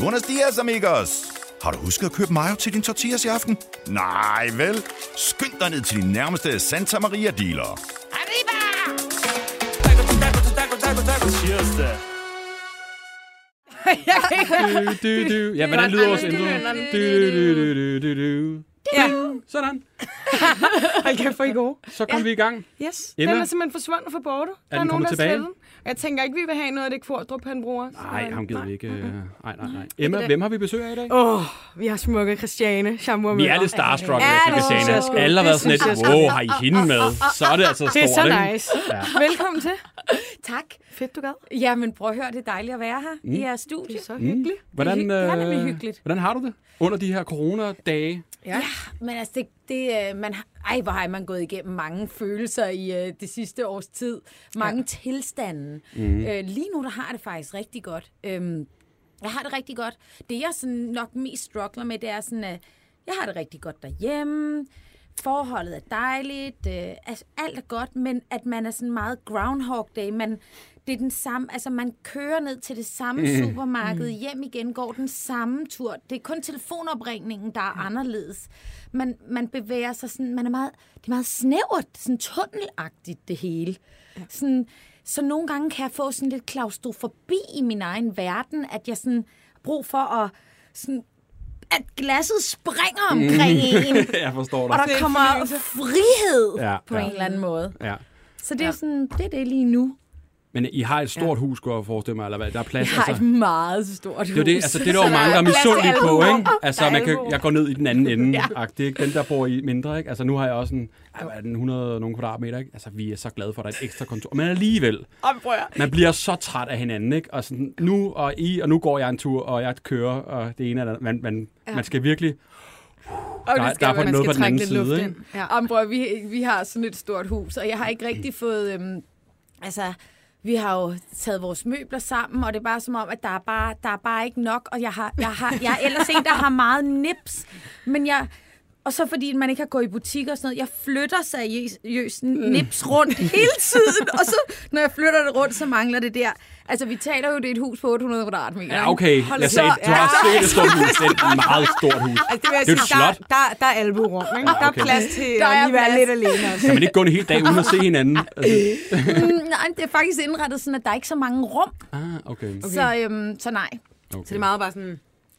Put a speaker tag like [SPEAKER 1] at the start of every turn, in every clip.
[SPEAKER 1] Buenos dias, amigos! Har du husket at købe mayo til din tortillas i aften? Nej, vel? Skynd dig ned til din nærmeste Santa Maria dealer.
[SPEAKER 2] Cheers da.
[SPEAKER 3] Jeg kan ikke høre.
[SPEAKER 4] Du, du, du. Ja, hvordan lyder vores intro? Du, du, du, du, du, du.
[SPEAKER 3] Ja,
[SPEAKER 4] Sådan.
[SPEAKER 3] hold kæft, hvor er I gode.
[SPEAKER 4] Så kom vi i gang.
[SPEAKER 3] Yes,
[SPEAKER 4] Emma?
[SPEAKER 3] den er simpelthen forsvundet fra borte. Der er,
[SPEAKER 4] den
[SPEAKER 3] nogen,
[SPEAKER 4] kommet
[SPEAKER 3] der
[SPEAKER 4] tilbage?
[SPEAKER 3] tilbage? Og jeg tænker ikke, vi vil have noget af det kvordrup, han bruger. Så-
[SPEAKER 4] Nej, ham gider vi ikke. øh, Nej, nej, nej. Emma, hvem har vi besøg af i dag?
[SPEAKER 3] Åh, oh, vi har smukket Christiane. Shamu
[SPEAKER 4] Vi er lidt starstruck,
[SPEAKER 3] Ja,
[SPEAKER 4] ja,
[SPEAKER 3] det
[SPEAKER 4] jeg
[SPEAKER 3] synes jeg sgu.
[SPEAKER 4] sige, Alle har været
[SPEAKER 3] Det
[SPEAKER 4] sådan
[SPEAKER 3] synes jeg
[SPEAKER 4] lidt,
[SPEAKER 3] sgu.
[SPEAKER 4] wow, har I hende med? Så er det altså stort,
[SPEAKER 3] Det er så
[SPEAKER 4] ikke?
[SPEAKER 3] nice.
[SPEAKER 4] Ja.
[SPEAKER 3] Velkommen til.
[SPEAKER 5] Tak.
[SPEAKER 3] Fedt, du gad.
[SPEAKER 5] Jamen prøv at høre, det er dejligt at være her mm. i jeres studie.
[SPEAKER 3] Det er så hyggeligt.
[SPEAKER 4] Hvordan,
[SPEAKER 5] Det er hy- det er
[SPEAKER 4] øh,
[SPEAKER 5] nemlig hyggeligt.
[SPEAKER 4] hvordan har du det under de her coronadage?
[SPEAKER 5] Ja. ja, men altså, det, det, øh, man, har- ej, hvor har man gået igennem mange følelser i øh, det sidste års tid. Mange ja. tilstande. Mm. Øh, lige nu, der har jeg det faktisk rigtig godt. Øhm, jeg har det rigtig godt. Det, jeg sådan nok mest struggler med, det er sådan, at jeg har det rigtig godt derhjemme. Forholdet er dejligt. Øh, altså, alt er godt, men at man er sådan meget Groundhog Day. Man, det er den samme, altså man kører ned til det samme mm. supermarked, hjem igen, går den samme tur. Det er kun telefonopringningen, der er anderledes. Man, man bevæger sig sådan, man er meget, det er meget snævert, sådan tunnelagtigt det hele. Sådan, så nogle gange kan jeg få sådan lidt klaustrofobi i min egen verden, at jeg sådan har brug for at sådan, at glasset springer omkring mm. en,
[SPEAKER 4] jeg forstår
[SPEAKER 5] og
[SPEAKER 4] dig.
[SPEAKER 5] der kommer frihed
[SPEAKER 4] Ja,
[SPEAKER 5] ja, på
[SPEAKER 4] ja.
[SPEAKER 5] ja. en eller anden måde.
[SPEAKER 4] Ja.
[SPEAKER 5] Så det er sådan, det er det lige nu.
[SPEAKER 4] Men I har et stort hus, går jeg og forestiller mig, eller hvad? Der er plads, altså-
[SPEAKER 5] Jeg har et meget stort hus.
[SPEAKER 4] Det er jo det, altså det er der jo mange, der er
[SPEAKER 5] plads til
[SPEAKER 4] misundelige
[SPEAKER 5] alle
[SPEAKER 4] på,
[SPEAKER 5] rum.
[SPEAKER 4] ikke? Altså,
[SPEAKER 3] Der er
[SPEAKER 4] man kan,
[SPEAKER 3] alvor.
[SPEAKER 4] jeg går ned i den anden ende, ja. ikke? Den, der bor i mindre, ikke? Altså, nu har jeg også en, ej, hvad er den, 100 og nogle kvadratmeter, ikke? Altså, vi er så glade for, at der er et ekstra kontor. Men alligevel,
[SPEAKER 3] Om, prøv at høre.
[SPEAKER 4] man bliver så træt af hinanden, ikke? Og sådan, nu og I, og nu går jeg en tur, og jeg kører, og det ene eller andet. Man, man, ja. man skal virkelig...
[SPEAKER 6] Og
[SPEAKER 4] Der-
[SPEAKER 6] det skal
[SPEAKER 4] der er
[SPEAKER 6] være,
[SPEAKER 4] på- noget på den anden
[SPEAKER 6] lidt
[SPEAKER 4] side,
[SPEAKER 6] luft
[SPEAKER 4] ikke?
[SPEAKER 6] ind. Ja. Om, bror, vi, vi har sådan et stort hus, og jeg har ikke rigtig fået... Øhm,
[SPEAKER 5] Altså, vi har jo taget vores møbler sammen, og det er bare som om, at der er bare, der er bare ikke nok, og jeg, har, jeg, har, jeg er ellers en, der har meget nips, men jeg... Og så fordi man ikke har gået i butik og sådan noget. Jeg flytter seriøst nips rundt hele tiden. Og så, når jeg flytter det rundt, så mangler det der. Altså, vi taler jo, det er et hus på 800 kvadratmeter.
[SPEAKER 4] Ja,
[SPEAKER 6] ikke?
[SPEAKER 4] okay.
[SPEAKER 6] Hold
[SPEAKER 4] Jeg
[SPEAKER 6] så-
[SPEAKER 4] sagde, du har
[SPEAKER 6] Ja.
[SPEAKER 4] set et stort hus. Det er et meget stort hus.
[SPEAKER 3] Altså, det vil jeg
[SPEAKER 4] Det er jo
[SPEAKER 3] sige,
[SPEAKER 4] et
[SPEAKER 3] der,
[SPEAKER 4] slot.
[SPEAKER 3] der, der er alburum, ikke? Der er
[SPEAKER 4] okay.
[SPEAKER 3] plads til
[SPEAKER 6] Der
[SPEAKER 3] at
[SPEAKER 6] er
[SPEAKER 3] lige være
[SPEAKER 6] plads.
[SPEAKER 3] lidt alene. Altså.
[SPEAKER 4] Kan man ikke gå en hel dag uden at se hinanden? Altså,
[SPEAKER 5] Mm, nej, det er faktisk indrettet sådan, at der er ikke så mange rum.
[SPEAKER 4] ah, okay.
[SPEAKER 5] Okay. Så, øhm, så nej.
[SPEAKER 4] okay.
[SPEAKER 6] Så det er meget bare sådan...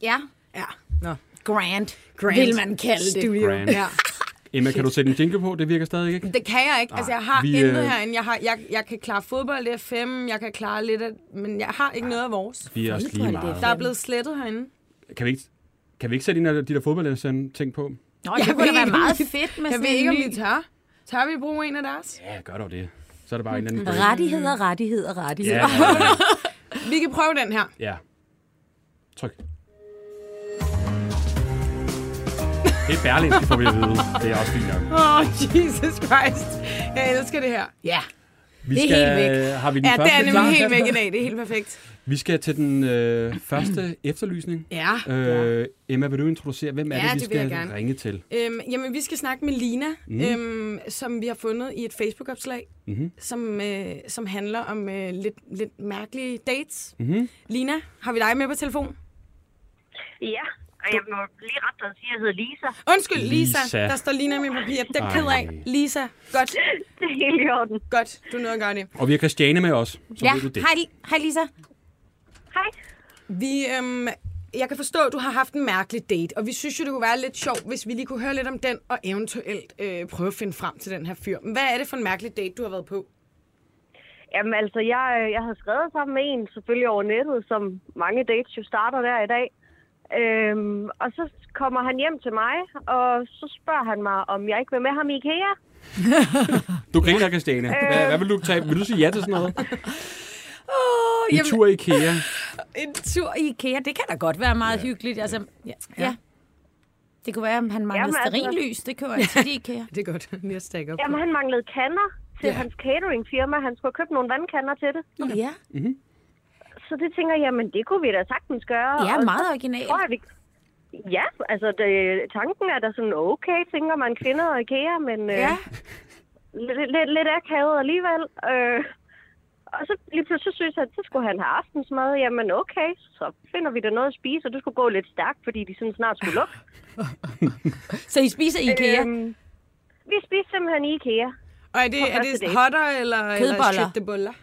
[SPEAKER 5] Ja.
[SPEAKER 6] Ja.
[SPEAKER 3] Nå.
[SPEAKER 5] Grand,
[SPEAKER 3] Grand.
[SPEAKER 5] Grand. vil man kalde det.
[SPEAKER 3] Studio.
[SPEAKER 4] Grand.
[SPEAKER 6] Ja.
[SPEAKER 4] Emma, kan du sætte en jingle på? Det virker stadig ikke.
[SPEAKER 6] Det kan jeg ikke. Altså,
[SPEAKER 4] Nej,
[SPEAKER 6] jeg har
[SPEAKER 4] vi,
[SPEAKER 6] vi, intet
[SPEAKER 4] øh,
[SPEAKER 6] herinde. Jeg, har, jeg, jeg kan klare fodbold i FM, jeg kan klare lidt af... Men jeg har ikke noget af vores.
[SPEAKER 4] Vi er også lige meget.
[SPEAKER 6] Der er blevet slettet herinde.
[SPEAKER 4] Kan vi ikke, kan vi ikke sætte en af de der fodboldlæserne ting på?
[SPEAKER 5] Nå, det kunne da være meget fedt med
[SPEAKER 6] Jeg
[SPEAKER 5] sådan
[SPEAKER 6] ved ikke, om
[SPEAKER 5] en
[SPEAKER 6] vi tør. Tør vi bruge en af deres?
[SPEAKER 4] Ja, gør dog det. Så er det bare en eller
[SPEAKER 5] ny...
[SPEAKER 4] anden...
[SPEAKER 5] Rettigheder, rettigheder, rettigheder.
[SPEAKER 4] Ja, ja,
[SPEAKER 6] Vi kan prøve den her.
[SPEAKER 4] ja. Tryk. Det er Berlinske, får vi at vide. Det er også fint nok.
[SPEAKER 6] Åh, oh, Jesus Christ. Jeg elsker det her.
[SPEAKER 5] ja.
[SPEAKER 4] Vi
[SPEAKER 5] Det er
[SPEAKER 4] skal,
[SPEAKER 5] helt
[SPEAKER 4] Har vi den
[SPEAKER 6] Ja, det
[SPEAKER 4] første
[SPEAKER 6] er
[SPEAKER 4] klar,
[SPEAKER 6] nemlig helt væk
[SPEAKER 4] Kasper?
[SPEAKER 6] i dag. Det er helt perfekt.
[SPEAKER 4] Vi skal til den øh, første efterlysning.
[SPEAKER 6] Ja.
[SPEAKER 4] Øh, Emma, vil du introducere, hvem er
[SPEAKER 6] Ja,
[SPEAKER 4] det, vi
[SPEAKER 6] det vil jeg
[SPEAKER 4] skal
[SPEAKER 6] gerne.
[SPEAKER 4] ringe til?
[SPEAKER 6] Øhm, jamen, vi skal snakke med Lina, mm. øhm, som vi har fundet i et Facebook-opslag,
[SPEAKER 4] Mhm.
[SPEAKER 6] mm-hmm. som, øh, som handler om øh, lidt, lidt mærkelige dates.
[SPEAKER 4] Mhm.
[SPEAKER 6] Lina, har vi dig med på telefon?
[SPEAKER 7] Ja, og jeg må lige rette dig og sige, at jeg hedder Lisa.
[SPEAKER 6] Undskyld, Lisa.
[SPEAKER 4] Lisa.
[SPEAKER 6] Lisa. Der står Lina i mit papir. Den
[SPEAKER 4] Ej.
[SPEAKER 6] ked af. Lisa, godt,
[SPEAKER 7] Det er helt i orden.
[SPEAKER 6] godt. Du nåede at gøre det.
[SPEAKER 4] Og vi har Christiane med os, så
[SPEAKER 5] ja.
[SPEAKER 4] ved du det.
[SPEAKER 5] Hej, Li- hej Lisa.
[SPEAKER 7] Hej.
[SPEAKER 6] Vi, øhm, jeg kan forstå, at du har haft en mærkelig date, og vi synes jo, det kunne være lidt sjovt, hvis vi lige kunne høre lidt om den, og eventuelt øh, prøve at finde frem til den her fyr. Men Hvad er det for en mærkelig date, du har været på?
[SPEAKER 7] Jamen altså, jeg, øh, jeg havde skrevet sammen med en, selvfølgelig over nettet, som mange dates jo starter der i dag. Øhm, og så kommer han hjem til mig, og så spørger han mig, om jeg ikke vil med ham i IKEA.
[SPEAKER 4] Du griner, Christiane. Hvad, hvad vil du tage? Vil du sige ja til sådan noget?
[SPEAKER 5] Åh,
[SPEAKER 4] En
[SPEAKER 5] jamen,
[SPEAKER 4] tur i IKEA.
[SPEAKER 5] en tur i IKEA, det kan da godt være meget ja. hyggeligt. Altså, ja. ja. Det kunne være, at han manglede
[SPEAKER 7] Jamen, altså-
[SPEAKER 5] sterinlys. Det køber jeg til IKEA.
[SPEAKER 6] Det er godt. Lige at stakke op.
[SPEAKER 7] Jamen, han manglede kanner
[SPEAKER 6] Ja.
[SPEAKER 7] til yeah. hans cateringfirma. Han skulle have købt nogle vandkanner til det.
[SPEAKER 5] Ja,
[SPEAKER 7] Så det tænker jeg, jamen det kunne vi da sagtens gøre.
[SPEAKER 5] ja
[SPEAKER 7] Og
[SPEAKER 5] meget
[SPEAKER 7] så
[SPEAKER 5] originalt.
[SPEAKER 7] tror jeg, vi... Ja, altså det, tanken er da sådan, okay, tænker man kvinder og IKEA, men... øh,
[SPEAKER 5] Ja.
[SPEAKER 7] lidt, lidt, lidt akavet alligevel. Øh, Og så lige pludselig så synes jeg, at så skulle han have aftensmad. Jamen okay, så finder vi da noget at spise, og det skulle gå lidt stærkt, fordi de sådan snart skulle lukke.
[SPEAKER 5] Så I spiser IKEA?
[SPEAKER 7] Øhm, vi spiste simpelthen i IKEA.
[SPEAKER 6] Og er det, er
[SPEAKER 7] første
[SPEAKER 6] det
[SPEAKER 7] date.
[SPEAKER 6] hotter eller, eller
[SPEAKER 5] Kødboller.
[SPEAKER 6] støtteboller?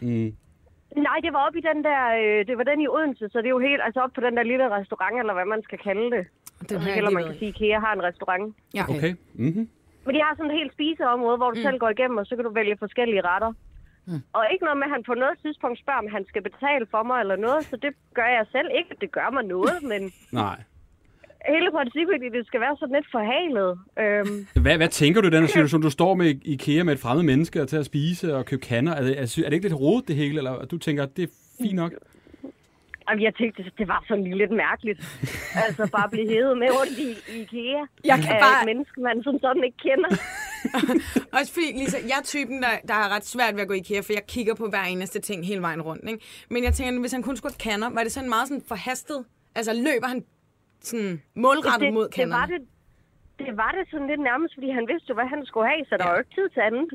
[SPEAKER 7] Nej, det var oppe i den der, øh, det var den i Odense, så det er jo helt, altså op på den der lille restaurant, eller hvad man skal kalde det.
[SPEAKER 6] Den har jeg
[SPEAKER 7] Eller
[SPEAKER 6] ikke
[SPEAKER 7] man
[SPEAKER 6] været i.
[SPEAKER 7] kan sige, IKEA har en restaurant.
[SPEAKER 6] Ja.
[SPEAKER 4] Okay. Mm-hmm.
[SPEAKER 7] Men de har sådan et helt spiseområde, hvor du mm. selv går igennem, og så kan du vælge forskellige retter. Mm. Og ikke noget med, at han på noget tidspunkt spørger, om han skal betale for mig eller noget, så det gør jeg selv. Ikke, at det gør mig noget, men
[SPEAKER 4] Nej.
[SPEAKER 7] hele princippet i det, det skal være sådan lidt forhalet. Øhm,
[SPEAKER 4] Hvad, hvad tænker du i den her situation? Du står med I- IKEA med et fremmed menneske og til at spise og købe kander. Er det, er det er det ikke lidt rodet det hele, eller at du tænker, at det er fint nok?
[SPEAKER 7] og jeg tænkte, det- det var sådan lige lidt mærkeligt. altså bare blive hævet med rundt i, i IKEA
[SPEAKER 3] Jeg kan
[SPEAKER 7] af
[SPEAKER 3] bare-
[SPEAKER 7] et menneske, man som sådan ikke kender.
[SPEAKER 6] Også fordi, Lisa, jeg er typen, der, der er ret svært ved at gå i IKEA, for jeg kigger på hver eneste ting hele vejen rundt. Ikke? Men jeg tænker, hvis han kun skulle have kanner, var det sådan meget sådan forhastet? Altså løber han sådan målrettet
[SPEAKER 7] det,
[SPEAKER 6] mod
[SPEAKER 7] det, var
[SPEAKER 6] kanderne?
[SPEAKER 7] det, det var det sådan lidt nærmest, fordi han vidste jo, hvad han skulle have, så der var jo ikke tid til andet.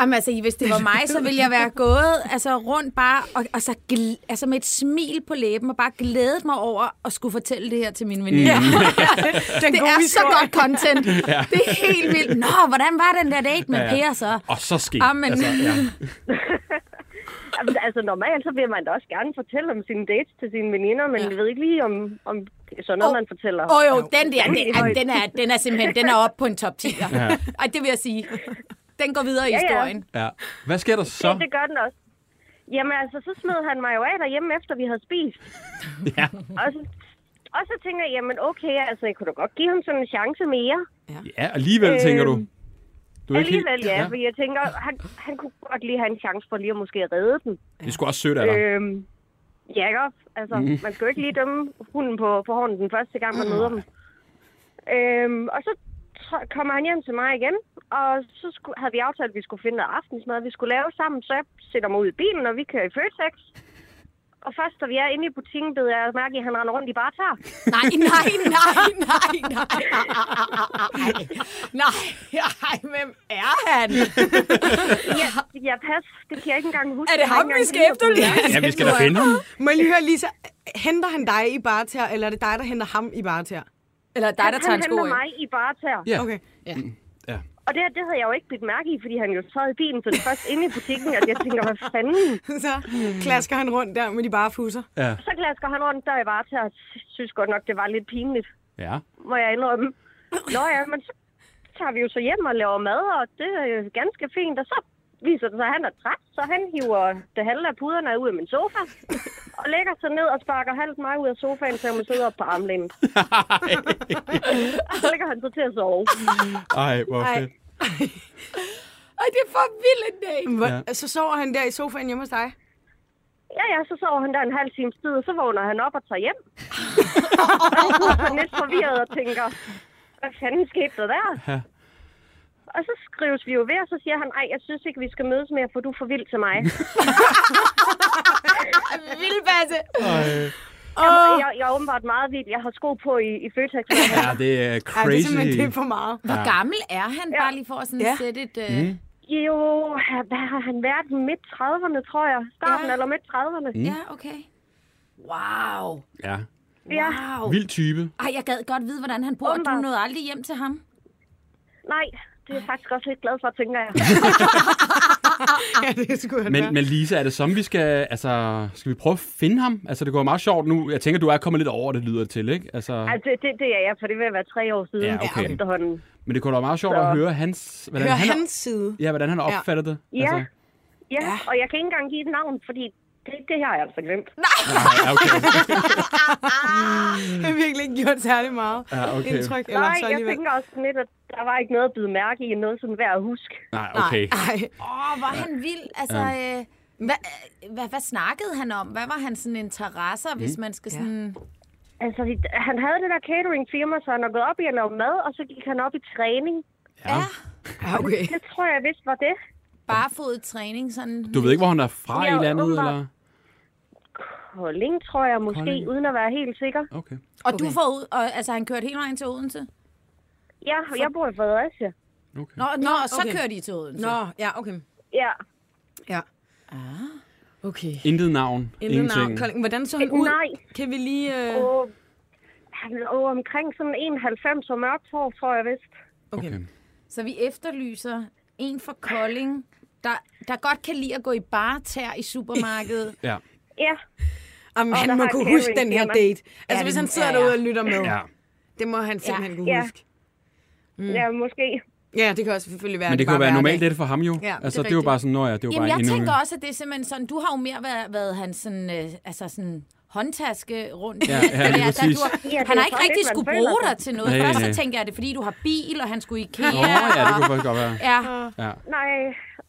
[SPEAKER 5] Jamen altså, I- hvis det var mig, så ville jeg være gået altså, rundt bare, og, og så gl- altså, med et smil på læben, og bare glædet mig over at skulle fortælle det her til mine veninder. Mm.
[SPEAKER 6] Den
[SPEAKER 5] Det
[SPEAKER 6] gode
[SPEAKER 5] er så
[SPEAKER 6] historie.
[SPEAKER 5] godt content. ja. Det er helt vildt. Nå, hvordan var den der date med
[SPEAKER 4] Ja,
[SPEAKER 5] ja,
[SPEAKER 4] ja.
[SPEAKER 5] Per så?
[SPEAKER 4] Og så sker
[SPEAKER 5] Amen.
[SPEAKER 4] Altså, ja.
[SPEAKER 7] Jamen, altså normalt, så vil man da også gerne fortælle om sine dates til sine veninder, men ja. jeg ved ikke lige, om, om det er sådan noget,
[SPEAKER 5] Åh.
[SPEAKER 7] man fortæller.
[SPEAKER 5] Åh oh, jo, den der, den, ej, den, er, den er simpelthen den er oppe på en top 10. Ja. Ej, det vil jeg sige. Den går videre i
[SPEAKER 7] Ja, ja.
[SPEAKER 5] historien.
[SPEAKER 4] ja. Hvad sker der
[SPEAKER 7] Ja,
[SPEAKER 4] så?
[SPEAKER 7] det gør den også. Jamen altså, så smed han mig jo af derhjemme, efter vi havde spist.
[SPEAKER 4] Ja.
[SPEAKER 7] Og så, og så tænker jeg, jamen okay, altså jeg kunne da godt give ham sådan en chance mere.
[SPEAKER 4] Ja, alligevel tænker du. du er ikke helt-
[SPEAKER 7] Alligevel ja, for jeg tænker, han, han kunne godt lige have en chance for lige at måske redde den.
[SPEAKER 4] Det er sgu også sødt af dig.
[SPEAKER 7] Øhm, ja, ikke op? Altså, mm. man skal jo ikke lige dømme hunden på, på hånden den første gang, man møder dem. Øhm, og så tr- kommer han hjem til mig igen, og så skulle, havde vi aftalt, at vi skulle finde noget aftensmad, vi skulle lave sammen. Så jeg sætter mig ud i bilen, og vi kører i Føtex. Og først, da vi er inde i butikken, beder jeg mærke, i, at han render rundt i bare tær.
[SPEAKER 5] Nej, nej, nej, nej, nej. Nej, nej, hvem er han?
[SPEAKER 7] Ja, ja, pas. Det kan jeg ikke engang huske.
[SPEAKER 5] Er det
[SPEAKER 7] Jeg har
[SPEAKER 5] ham,
[SPEAKER 7] ikke engang
[SPEAKER 5] vi skal
[SPEAKER 7] set ham.
[SPEAKER 5] efterlyse?
[SPEAKER 4] Ja, vi skal da finde ham.
[SPEAKER 6] Må jeg lige høre, Lisa, henter han dig i barter, eller er det dig, der henter ham i barter?
[SPEAKER 5] Eller dig, der tager
[SPEAKER 7] Han
[SPEAKER 5] en sko
[SPEAKER 7] henter
[SPEAKER 5] af.
[SPEAKER 7] mig i bare tær.
[SPEAKER 4] Ja.
[SPEAKER 6] Okay. Ja.
[SPEAKER 7] Og det, her, det havde jeg jo ikke bidt mærke i, fordi han jo sad i bilen, så det er først inde i butikken, at jeg tænker, hvad fanden?
[SPEAKER 6] Så klasker han rundt der med de bare fuser.
[SPEAKER 7] Så klasker han rundt der i varetager, og synes godt nok, det var lidt pinligt,
[SPEAKER 4] Ja.
[SPEAKER 7] må jeg indrømme. Nå ja, men så tager vi jo så hjem og laver mad, og det er jo ganske fint. Og så viser det sig, at han er træt, så han hiver det halve af puderne ud af min sofa, og lægger sig ned og sparker halvt mig ud af sofaen, så jeg må sidde op på armlænet. og så lægger han sig til at sove.
[SPEAKER 4] Ej, hvor fedt.
[SPEAKER 5] Ej, det er for vildt en dag.
[SPEAKER 6] Hvor,
[SPEAKER 4] Ja.
[SPEAKER 6] ja. Så sover han der i sofaen hjemme hos dig?
[SPEAKER 7] Ja, ja, så sover han der en halv times tid, og så vågner han op og tager hjem. og så er han lidt forvirret og tænker, hvad fanden skete der der?
[SPEAKER 4] Ja.
[SPEAKER 7] Og så skrives vi jo ved, og så siger han, ej, jeg synes ikke, vi skal mødes mere, for du er for vild til mig.
[SPEAKER 5] Vildbasse.
[SPEAKER 7] Oh. Jeg, jeg, er åbenbart meget vild. Jeg har sko på i, i Føtex.
[SPEAKER 4] Ja, det er
[SPEAKER 6] Ej, det er
[SPEAKER 4] crazy.
[SPEAKER 6] simpelthen det er for meget.
[SPEAKER 5] Hvor gammel er han? Bare lige for at sådan
[SPEAKER 6] Ja.
[SPEAKER 5] sætte et... Uh... Mm.
[SPEAKER 7] Jo, hvad har han været? Midt 30'erne, tror jeg. Starten
[SPEAKER 5] Ja.
[SPEAKER 7] ja. eller midt 30'erne. Mm.
[SPEAKER 5] Ja, okay. Wow.
[SPEAKER 4] Ja.
[SPEAKER 7] Ja.
[SPEAKER 5] Wow.
[SPEAKER 4] Vild type.
[SPEAKER 5] Ej, jeg gad godt vide, hvordan han bor. Du
[SPEAKER 7] Åbenbart.
[SPEAKER 5] nåede aldrig hjem til ham.
[SPEAKER 7] Nej, det er jeg faktisk også lidt glad for, tænker jeg.
[SPEAKER 6] Ja, det skulle han
[SPEAKER 4] Men, men Lisa, er det som vi skal... Altså, skal vi prøve at finde ham? Altså, det går meget sjovt nu. Jeg tænker, du er kommet lidt over, det lyder det til, ikke? Altså,
[SPEAKER 7] Altså, det, det, det er jeg, for det vil være tre år siden
[SPEAKER 4] Ja, okay.
[SPEAKER 7] efterhånden.
[SPEAKER 4] men det kunne da være meget sjovt at høre hans... Hvordan
[SPEAKER 6] Hør
[SPEAKER 4] han,
[SPEAKER 6] hans side.
[SPEAKER 4] Ja, hvordan han opfatter det.
[SPEAKER 7] Ja.
[SPEAKER 4] Altså,
[SPEAKER 7] Ja, ja, og jeg kan ikke engang give et navn, fordi det, det har jeg altså glemt.
[SPEAKER 4] ja, okay.
[SPEAKER 6] Han har virkelig ikke gjort særlig meget
[SPEAKER 4] Ja, Ah, okay.
[SPEAKER 6] indtryk. Eller
[SPEAKER 7] Nej,
[SPEAKER 6] så
[SPEAKER 7] jeg
[SPEAKER 6] alligevel.
[SPEAKER 7] tænker også sådan lidt, at der var ikke noget at bide mærke i, noget sådan værd at huske.
[SPEAKER 4] Nej, okay.
[SPEAKER 6] Ej,
[SPEAKER 5] Åh, hvor er han vild. Altså, ja. øh, hvad, øh, hvad, hvad snakkede han om? Hvad var hans sådan, interesser, mm. hvis man skal sådan...
[SPEAKER 7] Altså, vi- han havde det der cateringfirma, så han er gået op i at lave mad, og så gik han op i træning.
[SPEAKER 5] Ja. ja.
[SPEAKER 6] Ja, okay.
[SPEAKER 7] Det tror jeg vist var det.
[SPEAKER 5] Barefodet træning, sådan...
[SPEAKER 4] Du ved ikke, hvor han er fra
[SPEAKER 7] Ja,
[SPEAKER 4] i landet,
[SPEAKER 7] åbenbart.
[SPEAKER 4] eller?
[SPEAKER 7] Kolding, tror jeg måske,
[SPEAKER 4] Kolding.
[SPEAKER 7] Kolding. uden at være helt sikker.
[SPEAKER 4] Okay.
[SPEAKER 5] Og du får ud... Og, altså, han kørte hele vejen til Odense?
[SPEAKER 7] Ja, jeg bor i Fredericia.
[SPEAKER 5] Nå, nå og så
[SPEAKER 6] okay.
[SPEAKER 5] kørte I til Odense.
[SPEAKER 6] Nå, ja, okay.
[SPEAKER 7] Ja.
[SPEAKER 6] Ja.
[SPEAKER 5] Okay.
[SPEAKER 4] Intet navn.
[SPEAKER 6] Intet
[SPEAKER 4] ingenting.
[SPEAKER 6] navn. Kolding. Hvordan så han ud?
[SPEAKER 7] Nej.
[SPEAKER 6] Kan vi lige... Øh...
[SPEAKER 7] Og, han er jo omkring sådan 91 og mørkt hår, tror jeg vist.
[SPEAKER 6] Okay.
[SPEAKER 4] Okay.
[SPEAKER 5] Så vi efterlyser en fra Kolding, der, der godt kan lide at gå i bare tær i supermarkedet.
[SPEAKER 4] Ja.
[SPEAKER 7] Ja,
[SPEAKER 6] Jamen,
[SPEAKER 7] der
[SPEAKER 6] han må
[SPEAKER 7] har
[SPEAKER 6] kunne
[SPEAKER 7] Carrie
[SPEAKER 6] huske den her
[SPEAKER 7] Emma.
[SPEAKER 6] date. Altså,
[SPEAKER 5] det-
[SPEAKER 6] hvis han
[SPEAKER 5] ja,
[SPEAKER 6] sidder
[SPEAKER 5] ja.
[SPEAKER 6] derude og lytter med.
[SPEAKER 4] ja.
[SPEAKER 6] Det må han simpelthen
[SPEAKER 5] Ja.
[SPEAKER 6] kunne
[SPEAKER 7] Ja.
[SPEAKER 6] huske.
[SPEAKER 7] mm. ja måske.
[SPEAKER 6] Ja, det kan også selvfølgelig være.
[SPEAKER 4] Men det
[SPEAKER 6] bare
[SPEAKER 4] kunne være
[SPEAKER 6] er
[SPEAKER 4] normalt
[SPEAKER 6] hverdag.
[SPEAKER 4] det for ham jo.
[SPEAKER 6] det er
[SPEAKER 4] altså, det, er jo
[SPEAKER 6] rigtigt.
[SPEAKER 4] bare sådan, nå ja, det er jo
[SPEAKER 5] Jamen,
[SPEAKER 4] bare
[SPEAKER 5] jeg
[SPEAKER 4] endnu
[SPEAKER 5] tænker også, at det er simpelthen sådan, du har jo mere været, været hans sådan, øh, altså sådan håndtaske rundt. i.
[SPEAKER 4] Ja, ja, lige
[SPEAKER 5] Det der,
[SPEAKER 4] præcis.
[SPEAKER 5] du har,
[SPEAKER 7] Ja, det
[SPEAKER 5] han
[SPEAKER 7] er
[SPEAKER 5] har ikke
[SPEAKER 7] faktisk
[SPEAKER 5] rigtig
[SPEAKER 7] lidt, man
[SPEAKER 5] skulle
[SPEAKER 7] føler
[SPEAKER 5] bruge
[SPEAKER 7] sig.
[SPEAKER 5] dig til noget.
[SPEAKER 4] Nej,
[SPEAKER 5] Først
[SPEAKER 4] nej.
[SPEAKER 5] så tænker jeg, det er, fordi du har bil, og han skulle i IKEA.
[SPEAKER 4] Nå ja, det kunne faktisk godt være.
[SPEAKER 5] ja.
[SPEAKER 4] Ja.
[SPEAKER 7] Nej,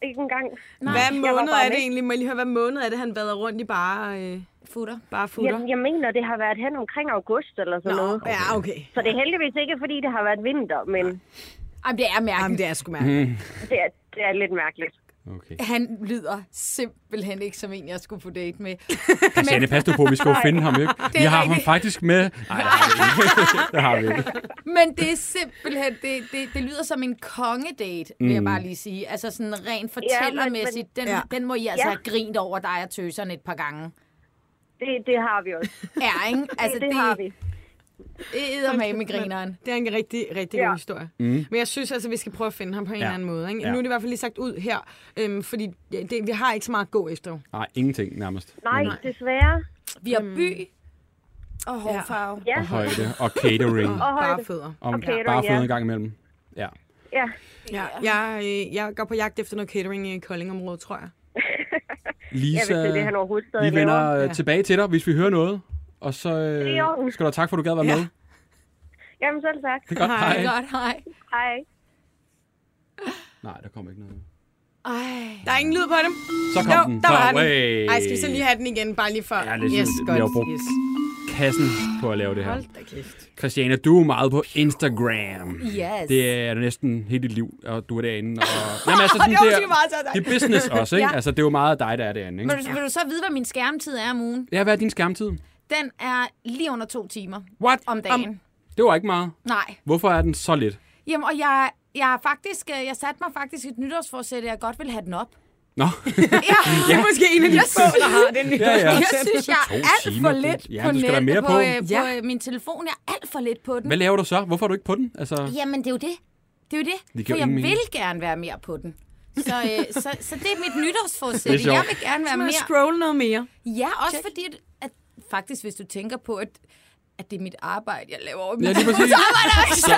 [SPEAKER 7] ikke engang.
[SPEAKER 6] Hvad
[SPEAKER 7] Jeg var
[SPEAKER 6] måned er
[SPEAKER 7] bare
[SPEAKER 6] det
[SPEAKER 7] med.
[SPEAKER 6] egentlig? Må jeg lige høre, hvad måned er det, han vader rundt i bare, øh,
[SPEAKER 5] Futter.
[SPEAKER 6] bare futter?
[SPEAKER 7] Jeg, jeg mener, det har været hen omkring august eller sådan noget.
[SPEAKER 6] Ja, okay.
[SPEAKER 7] Så det er heldigvis ikke, fordi det har været vinter, men
[SPEAKER 5] Jamen, det er
[SPEAKER 6] Jamen,
[SPEAKER 5] mærkeligt.
[SPEAKER 6] det er sgu
[SPEAKER 4] Mhm.
[SPEAKER 6] mærkeligt.
[SPEAKER 7] det er, det er lidt mærkeligt.
[SPEAKER 4] Okay.
[SPEAKER 5] Han lyder simpelthen ikke som en, jeg skulle på date med.
[SPEAKER 4] Christiane, pas du på, vi skal jo finde ham, ikke? Vi har ham
[SPEAKER 5] rigtigt.
[SPEAKER 4] faktisk med. Nej, det har vi ikke. det har vi ikke.
[SPEAKER 5] Men det er simpelthen, det, det, det lyder som en kongedate, vil
[SPEAKER 4] Mm.
[SPEAKER 5] jeg bare lige sige. Altså sådan rent fortællermæssigt, den,
[SPEAKER 6] Ja.
[SPEAKER 5] ja. den må I altså
[SPEAKER 7] Ja.
[SPEAKER 5] have grint over dig og tøserne et par gange.
[SPEAKER 7] Det, det har vi også.
[SPEAKER 5] Ja, ikke? Altså,
[SPEAKER 7] det, det har vi.
[SPEAKER 5] Det er med grineren.
[SPEAKER 6] Det er en rigtig, rigtig ja.
[SPEAKER 7] Ja.
[SPEAKER 6] god historie. Mm. Men jeg synes altså, vi skal prøve at finde ham på en
[SPEAKER 4] Ja.
[SPEAKER 6] eller anden måde. Ikke?
[SPEAKER 4] Ja.
[SPEAKER 6] Nu er det i hvert fald lige sagt ud her, øhm, fordi ja, det, vi har ikke så meget at gå efter. jo.
[SPEAKER 4] Nej, ingenting nærmest.
[SPEAKER 7] Nej,
[SPEAKER 4] Men-
[SPEAKER 7] desværre.
[SPEAKER 5] Vi
[SPEAKER 7] Mm.
[SPEAKER 5] har by og hårfarve.
[SPEAKER 7] Ja,
[SPEAKER 4] Og højde og catering.
[SPEAKER 7] og
[SPEAKER 6] Bare
[SPEAKER 7] højde.
[SPEAKER 6] fødder.
[SPEAKER 4] Om
[SPEAKER 7] catering,
[SPEAKER 4] bare fået
[SPEAKER 7] ja.
[SPEAKER 4] en gang imellem. Ja.
[SPEAKER 7] Ja.
[SPEAKER 6] Ja. Jeg, øh, jeg går på jagt efter noget catering i Koldingområdet, tror jeg.
[SPEAKER 4] Lisa,
[SPEAKER 7] det er det, han overhovedet stadig
[SPEAKER 4] vi vender
[SPEAKER 7] laver.
[SPEAKER 4] øh, tilbage til dig, hvis vi hører noget. Og så
[SPEAKER 7] er i
[SPEAKER 4] øh,
[SPEAKER 7] orden.
[SPEAKER 4] skal du have tak for, at du gad være
[SPEAKER 6] Ja.
[SPEAKER 4] med.
[SPEAKER 7] Jamen selv tak.
[SPEAKER 4] Det er godt. Hej.
[SPEAKER 5] Godt, hej.
[SPEAKER 7] Hej.
[SPEAKER 4] Nej, der kommer ikke noget.
[SPEAKER 5] Ej.
[SPEAKER 6] Der er ingen lyd på dem.
[SPEAKER 4] Så kom
[SPEAKER 6] Jo,
[SPEAKER 4] den.
[SPEAKER 6] der
[SPEAKER 4] så,
[SPEAKER 6] var den.
[SPEAKER 4] way.
[SPEAKER 6] Ej, skal vi så lige have den igen, bare lige for...
[SPEAKER 4] Ja, det er sådan, vi har jo brugt-
[SPEAKER 6] Yes.
[SPEAKER 4] kassen på at lave det her.
[SPEAKER 6] Hold da kæft.
[SPEAKER 4] Christiane, du er meget på Instagram.
[SPEAKER 5] Yes.
[SPEAKER 4] Det er næsten hele dit liv, og du er derinde. Og... Jamen, altså,
[SPEAKER 6] Det er jo sygt meget, så er der-
[SPEAKER 4] det er business også, ikke?
[SPEAKER 5] Ja.
[SPEAKER 4] Altså, det er jo meget dig, der er derinde, ikke?
[SPEAKER 5] Vil du, vil du så vide, hvad min skærmtid er om ugen?
[SPEAKER 4] Ja, hvad er din skærmtid?
[SPEAKER 5] Den er lige under to timer
[SPEAKER 4] What?
[SPEAKER 5] om dagen. Om...
[SPEAKER 4] Det var ikke meget.
[SPEAKER 5] Nej.
[SPEAKER 4] Hvorfor er den så lidt?
[SPEAKER 5] Jamen, og jeg, jeg, har faktisk, øh, jeg satte mig faktisk et nytårsforsæt, at jeg godt ville have den op.
[SPEAKER 4] Nå,
[SPEAKER 5] Ja,
[SPEAKER 6] Det er måske en af de få, der har den.
[SPEAKER 4] ja, ja.
[SPEAKER 5] jeg synes, jeg
[SPEAKER 4] To
[SPEAKER 5] er alt
[SPEAKER 4] timer,
[SPEAKER 5] for
[SPEAKER 4] du-
[SPEAKER 5] lidt
[SPEAKER 4] ja,
[SPEAKER 5] på,
[SPEAKER 4] du skal da
[SPEAKER 5] net,
[SPEAKER 4] mere
[SPEAKER 5] på,
[SPEAKER 4] på.
[SPEAKER 5] Øh, på
[SPEAKER 6] Ja.
[SPEAKER 5] øh, min telefon. Jeg er alt for lidt på den.
[SPEAKER 4] Hvad laver du så? Hvorfor er du ikke på den? Altså,
[SPEAKER 5] Jamen, det er jo det. Det er jo det.
[SPEAKER 4] Det giver
[SPEAKER 5] for
[SPEAKER 4] jo
[SPEAKER 5] jeg
[SPEAKER 4] ingen
[SPEAKER 5] vil gerne være mere på den. Så, øh, så, så det er mit nytårsforsæt.
[SPEAKER 4] Det er sjovt.
[SPEAKER 5] jeg vil gerne være
[SPEAKER 3] Man
[SPEAKER 5] mere...
[SPEAKER 3] scroll noget mere.
[SPEAKER 5] Ja, også Check. fordi, at, at faktisk hvis du tænker på, at, at det er mit arbejde, jeg laver over
[SPEAKER 4] ja,
[SPEAKER 5] mit
[SPEAKER 4] lige præcis. Så, ja,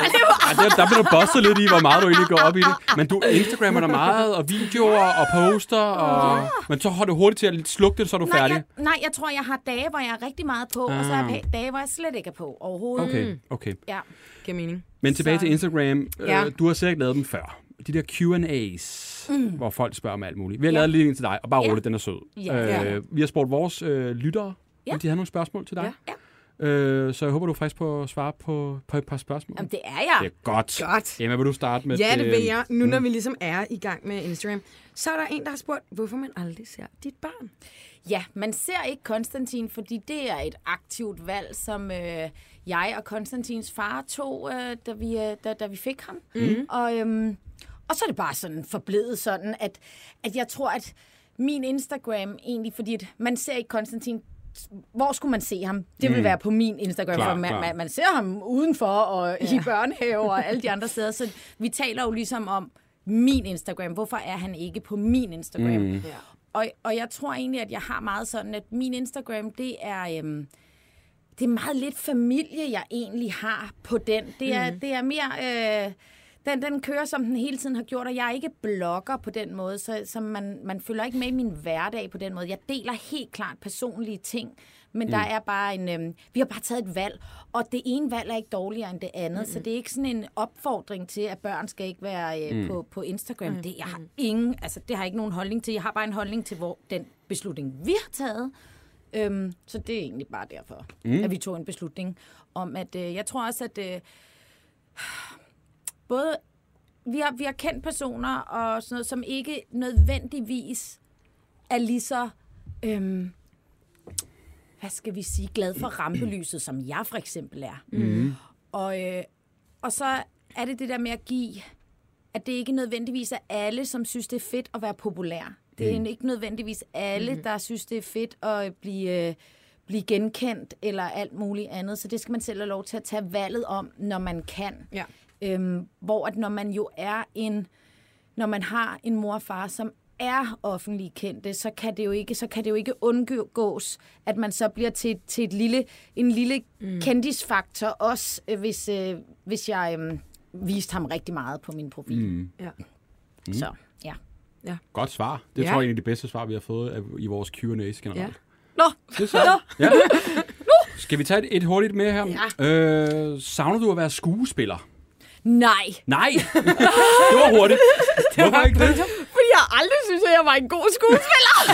[SPEAKER 4] der, der bliver du bosset lidt i, hvor meget du egentlig går op i det. Men du Instagrammer dig meget, og videoer, og poster, og... Men så har du hurtigt til at slukke det, så er du
[SPEAKER 5] Nej
[SPEAKER 4] færdig.
[SPEAKER 5] jeg, nej, jeg tror, jeg har dage, hvor jeg er rigtig meget på, og så har jeg
[SPEAKER 4] Ah.
[SPEAKER 5] dage, hvor jeg slet ikke er på overhovedet.
[SPEAKER 4] Okay, okay.
[SPEAKER 5] Ja.
[SPEAKER 6] Giver mening.
[SPEAKER 4] Men tilbage til Instagram.
[SPEAKER 5] Ja.
[SPEAKER 4] Øh, du har sikkert lavet dem før. De der Q&A's, mm. hvor folk spørger om alt muligt. Vi har lavet lige en til dig, og bare
[SPEAKER 5] Ja.
[SPEAKER 4] roligt, den er sød.
[SPEAKER 5] Ja.
[SPEAKER 4] Øh, vi har spurgt vores øh, lyttere, ja.
[SPEAKER 5] Ja.
[SPEAKER 4] om de havde nogle spørgsmål til dig. Ja. Øh, så jeg håber, du er frisk på at svare på, på et par spørgsmål.
[SPEAKER 5] Jamen, det er jeg.
[SPEAKER 4] Det er godt.
[SPEAKER 6] Godt.
[SPEAKER 4] Emma, vil du starte med
[SPEAKER 6] Ja, det
[SPEAKER 4] øh,
[SPEAKER 6] vil jeg. Nu når vi ligesom er i gang med Instagram, så er der en, der har spurgt, hvorfor man aldrig ser dit barn.
[SPEAKER 5] Ja, man ser ikke Konstantin, fordi det er et aktivt valg, som øh, jeg og Konstantins far tog, øh, da, vi, øh, da, da vi fik ham. Mm. Og, øhm, og så er det bare sådan forblevet sådan, at, at jeg tror, at min Instagram egentlig, fordi at man ser ikke Konstantin, hvor skulle man se ham? Det vil være på min Instagram,
[SPEAKER 4] Mm. Klar,
[SPEAKER 5] for man,
[SPEAKER 4] klar.
[SPEAKER 5] man, man ser ham udenfor og ja. i børnehaver og alle de andre steder. Så vi taler jo ligesom om min Instagram. Hvorfor er han ikke på min Instagram? Mm. Og, og jeg tror egentlig, at jeg har meget sådan, at min Instagram, det er... Øhm, det er meget lidt familie, jeg egentlig har på den. Det er, mm. det er mere... Øh, den, den kører, som den hele tiden har gjort, og jeg er ikke blogger på den måde, så, så man, man følger ikke med i min hverdag på den måde. Jeg deler helt klart personlige ting, men mm. der er bare en... Øhm, vi har bare taget et valg, og det ene valg er ikke dårligere end det andet, mm. så det er ikke sådan en opfordring til, at børn skal ikke være øh, mm. på, på Instagram. Mm. Det, jeg har ingen, altså, det har jeg ikke nogen holdning til. Jeg har bare en holdning til, hvor den beslutning, vi har taget, Øhm, så det er egentlig bare derfor, mm. at vi tog en beslutning om, at øh, jeg tror også, at øh, både vi har, vi har kendt personer og sådan noget, som ikke nødvendigvis er lige så, øhm, hvad skal vi sige, glad for rampelyset, som jeg for eksempel er. Mm. Og, øh, og så er det det der med at give, at det ikke nødvendigvis er alle, som synes, det er fedt at være populær. Det er mm. ikke nødvendigvis alle, mm. der synes, det er fedt at blive, øh, blive genkendt eller alt muligt andet. Så det skal man selv have lov til at tage valget om, når man kan.
[SPEAKER 6] Ja.
[SPEAKER 5] Øhm, hvor at når man jo er en, når man har en mor og far, som er offentlig kendte, så kan det jo ikke, så kan det jo ikke undgås, at man så bliver til, til et lille, en lille mm. kendisfaktor, også øh, hvis, øh, hvis jeg øh, viste ham rigtig meget på min profil.
[SPEAKER 4] Mm-hmm.
[SPEAKER 5] Mm.
[SPEAKER 6] Ja.
[SPEAKER 5] Så, ja.
[SPEAKER 4] Godt svar. Det
[SPEAKER 6] Ja.
[SPEAKER 4] tror jeg egentlig er det bedste svar, vi har fået af- i vores Q&A's generelt.
[SPEAKER 6] Ja.
[SPEAKER 5] Nå,
[SPEAKER 4] Det er så. Ja. Skal vi tage et, et hurtigt med her? Ja. Øh, savner du at være skuespiller?
[SPEAKER 5] nej.
[SPEAKER 4] Nej! det var hurtigt. Hvorfor ikke det?
[SPEAKER 5] Fordi jeg aldrig synes, at jeg var en god skuespiller.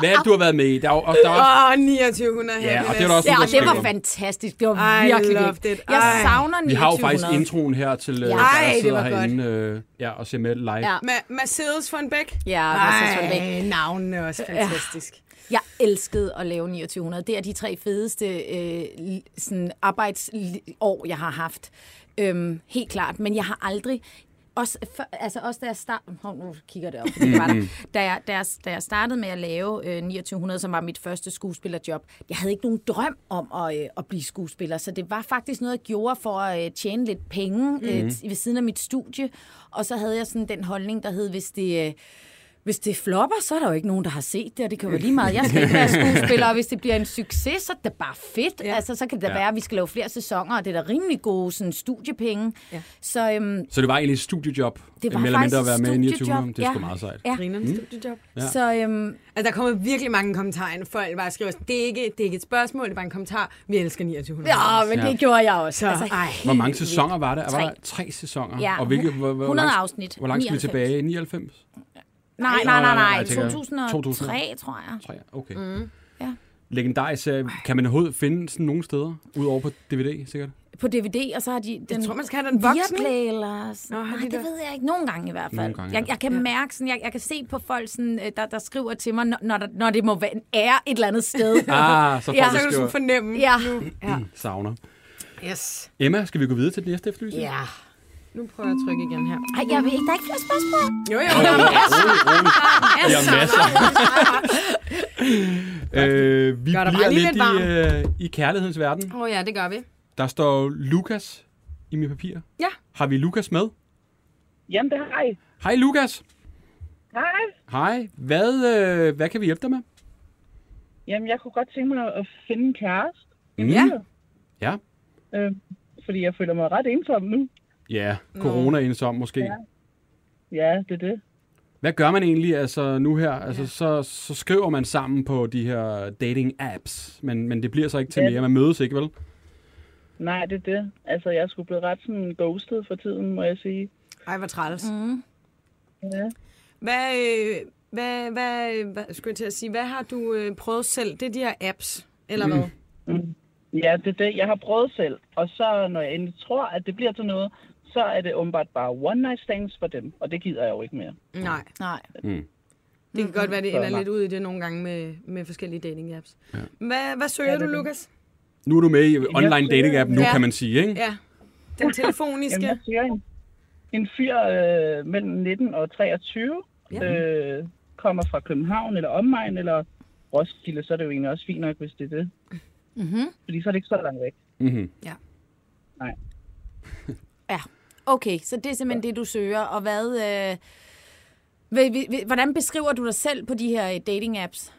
[SPEAKER 4] Hvad er det, du har været med i? Der er, jo- og der er,
[SPEAKER 6] Åh, 29, hun
[SPEAKER 4] ja,
[SPEAKER 6] er
[SPEAKER 4] og det er
[SPEAKER 6] happiness.
[SPEAKER 4] der også
[SPEAKER 5] ja,
[SPEAKER 4] nogen,
[SPEAKER 5] og
[SPEAKER 4] der
[SPEAKER 5] det var
[SPEAKER 4] skriver.
[SPEAKER 5] fantastisk. Det var
[SPEAKER 6] Ej,
[SPEAKER 5] virkelig
[SPEAKER 6] loved
[SPEAKER 5] det.
[SPEAKER 6] it.
[SPEAKER 5] Jeg
[SPEAKER 6] Ej.
[SPEAKER 5] savner 2900.
[SPEAKER 4] Vi har jo faktisk introen her til, øh,
[SPEAKER 5] Ja.
[SPEAKER 4] der
[SPEAKER 6] Ej, det
[SPEAKER 4] sidder
[SPEAKER 6] var godt.
[SPEAKER 4] herinde øh, ja, og ser med live.
[SPEAKER 5] Ja.
[SPEAKER 6] Ma- Mercedes von Beck.
[SPEAKER 5] Ja, Rasmus von Beck.
[SPEAKER 6] Ej, navnene er også fantastisk.
[SPEAKER 5] Jeg elskede at lave 2900. Det er de tre fedeste øh, l- sådan arbejdsår, jeg har haft. Øhm, helt klart. Men jeg har aldrig... Også, for, altså også da jeg startede... Nu kigger det op, fordi det var der. Da jeg, da, jeg, da jeg startede med at lave øh, 2900, som var mit første skuespillerjob, jeg havde ikke nogen drøm om at, øh, at blive skuespiller. Så det var faktisk noget, jeg gjorde for at øh, tjene lidt penge øh, t- ved siden af mit studie. Og så havde jeg sådan den holdning, der hed, hvis det... Øh, hvis det flopper, så er der jo ikke nogen, der har set det, og det kan jo være lige meget. Jeg skal ikke være skuespiller, og hvis det bliver en succes, så er det da bare fedt. Ja. Altså, så kan det da
[SPEAKER 4] Ja.
[SPEAKER 5] være, at vi skal lave flere sæsoner, og det er da rimelig gode sådan, studiepenge. Ja. Så øhm,
[SPEAKER 4] Så det var egentlig et studiejob,
[SPEAKER 5] det var
[SPEAKER 4] mere eller
[SPEAKER 5] faktisk
[SPEAKER 4] mindre at være med i
[SPEAKER 5] studiejob.
[SPEAKER 4] 2900. Det er
[SPEAKER 5] ja.
[SPEAKER 4] sgu meget sejt.
[SPEAKER 5] Ja.
[SPEAKER 6] Griner studiejob.
[SPEAKER 5] Ja. Så øhm,
[SPEAKER 6] Altså, der kommer virkelig mange kommentarer, når folk bare skriver sådan, det er ikke, det er ikke et spørgsmål, det er bare en kommentar. Vi elsker 2900.
[SPEAKER 5] ja, men
[SPEAKER 4] Ja.
[SPEAKER 5] det gjorde jeg også. Altså,
[SPEAKER 6] Så, ej.
[SPEAKER 4] Hvor mange sæsoner var der? Var der
[SPEAKER 5] Øh, Tre.
[SPEAKER 4] tre sæsoner?
[SPEAKER 5] Ja.
[SPEAKER 4] Og hvilke, hvor, hvor,
[SPEAKER 5] 100
[SPEAKER 4] langt-
[SPEAKER 5] afsnit.
[SPEAKER 4] Hvor langt skal vi
[SPEAKER 5] 99.
[SPEAKER 4] tilbage? 99?
[SPEAKER 5] Nej, nej, nej, nej.
[SPEAKER 4] Jeg tænker,
[SPEAKER 5] 2003,
[SPEAKER 4] 2003,
[SPEAKER 5] tror jeg.
[SPEAKER 4] Tre, okay. Mm.
[SPEAKER 5] Ja.
[SPEAKER 4] Legendarisk serie. Kan man overhovedet finde sådan nogle steder? Udover på DVD, sikkert?
[SPEAKER 5] På DVD, og så har de... Den,
[SPEAKER 6] tror, man skal have den voksne.
[SPEAKER 5] Viaplay eller sådan.
[SPEAKER 6] Nå, har
[SPEAKER 5] Nej,
[SPEAKER 6] de
[SPEAKER 5] det
[SPEAKER 6] der?
[SPEAKER 5] ved jeg ikke. Nogle gange i hvert fald.
[SPEAKER 4] Nogle gange,
[SPEAKER 5] jeg,
[SPEAKER 4] ja.
[SPEAKER 5] jeg kan mærke sådan, jeg, jeg kan se på folk, sådan, øh, der, der skriver til mig, når, når, der, når det må være en ære et eller andet sted.
[SPEAKER 4] Ah, så får vi
[SPEAKER 5] Ja.
[SPEAKER 6] Så kan du sådan
[SPEAKER 4] skriver
[SPEAKER 6] fornemme.
[SPEAKER 5] ja.
[SPEAKER 4] savner.
[SPEAKER 6] Yes.
[SPEAKER 4] Emma, skal vi gå videre til den næste efterlysning?
[SPEAKER 5] ja.
[SPEAKER 6] Nu prøver jeg at trykke igen her.
[SPEAKER 5] Ej, jeg ved ikke, der er ikke flere spørgsmål.
[SPEAKER 6] Jo, jo, der er masser.
[SPEAKER 4] Ja, masser. øh, vi
[SPEAKER 6] Gør der bare
[SPEAKER 4] bliver
[SPEAKER 6] lige
[SPEAKER 4] lidt i,
[SPEAKER 6] lidt
[SPEAKER 4] øh, i kærlighedens verden.
[SPEAKER 6] Åh oh, ja, det gør vi.
[SPEAKER 4] Der står Lukas i mine papirer.
[SPEAKER 6] Ja.
[SPEAKER 4] Har vi Lukas med?
[SPEAKER 8] Jamen, det har I.
[SPEAKER 4] Hej Lukas.
[SPEAKER 8] Hej.
[SPEAKER 4] Hej. Hvad, øh, hvad kan vi hjælpe dig med?
[SPEAKER 8] Jamen, jeg kunne godt tænke mig at finde en kæreste,
[SPEAKER 4] Ja.
[SPEAKER 6] Mm.
[SPEAKER 4] Ja.
[SPEAKER 8] øh, fordi jeg føler mig ret ensom nu.
[SPEAKER 4] Ja,
[SPEAKER 6] Mm.
[SPEAKER 4] corona ensom måske. Ja.
[SPEAKER 8] Ja, det er det.
[SPEAKER 4] Hvad gør man egentlig altså nu her? Altså, ja. så, så skriver man sammen på de her dating apps, men, men det bliver så ikke til mere. Man mødes ikke, vel?
[SPEAKER 8] Nej, det er det. Altså, jeg skulle blive ret sådan ghostet for tiden, må jeg sige.
[SPEAKER 6] Ej, hvor træls. Mm. Hvad, øh, hvad, hvad, hvad, skulle jeg til at sige, hvad har du øh, prøvet selv? Det er de her apps, eller mm. hvad?
[SPEAKER 8] Ja, det er det. Jeg har prøvet selv. Og så, når jeg endelig tror, at det bliver til noget, så er det åbenbart bare one night stands for dem. Og det gider jeg jo ikke mere.
[SPEAKER 6] Nej,
[SPEAKER 5] Nej.
[SPEAKER 6] det kan godt være, det
[SPEAKER 8] Så
[SPEAKER 6] ender
[SPEAKER 8] nej.
[SPEAKER 6] lidt ud i det nogle gange med, med forskellige dating apps. Ja. Hvad, hvad søger ja, du, Lukas?
[SPEAKER 4] Nu er du med i online dating app nu,
[SPEAKER 6] Ja.
[SPEAKER 4] kan man sige, ikke?
[SPEAKER 6] Ja, den
[SPEAKER 8] Jamen, jeg
[SPEAKER 6] telefoniske.
[SPEAKER 8] siger en, en fyr øh, mellem 19 og 23, ja. øh, kommer fra København eller omegn, eller Roskilde, så er det jo egentlig også fint nok, hvis det er det. Mm-hmm. Fordi så er det ikke så langt væk.
[SPEAKER 4] Mm-hmm.
[SPEAKER 5] Ja. Okay, så det er simpelthen det, du søger. Og hvad... Øh, hvi- hvi- hvi- hvordan beskriver du dig selv på de her øh, dating-apps?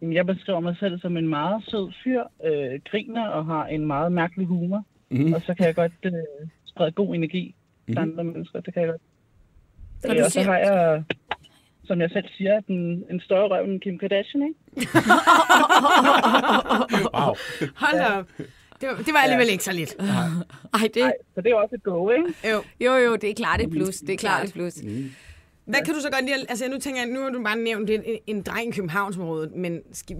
[SPEAKER 8] Jamen, Jeg beskriver mig selv som en meget sød fyr, øh, griner og har en meget mærkelig humor. Mm-hmm. Og så kan jeg godt øh, sprede god energi mm-hmm. til andre mennesker, det kan jeg godt. Øh, og så har jeg, som jeg selv siger, den, en større røv end Kim Kardashian, ikke?
[SPEAKER 4] Wow.
[SPEAKER 6] Hold da op. Det var, det var alligevel ikke så lidt.
[SPEAKER 5] Ej, det...
[SPEAKER 8] Så det er jo også et go, ikke?
[SPEAKER 6] Jo.
[SPEAKER 5] Jo, jo, det er klart et plus. Det er klart et plus.
[SPEAKER 6] Hvad kan du så godt lide? at- Altså, nu tænker jeg, nu har du bare nævnt en, en dreng i Københavnsområdet, men skal,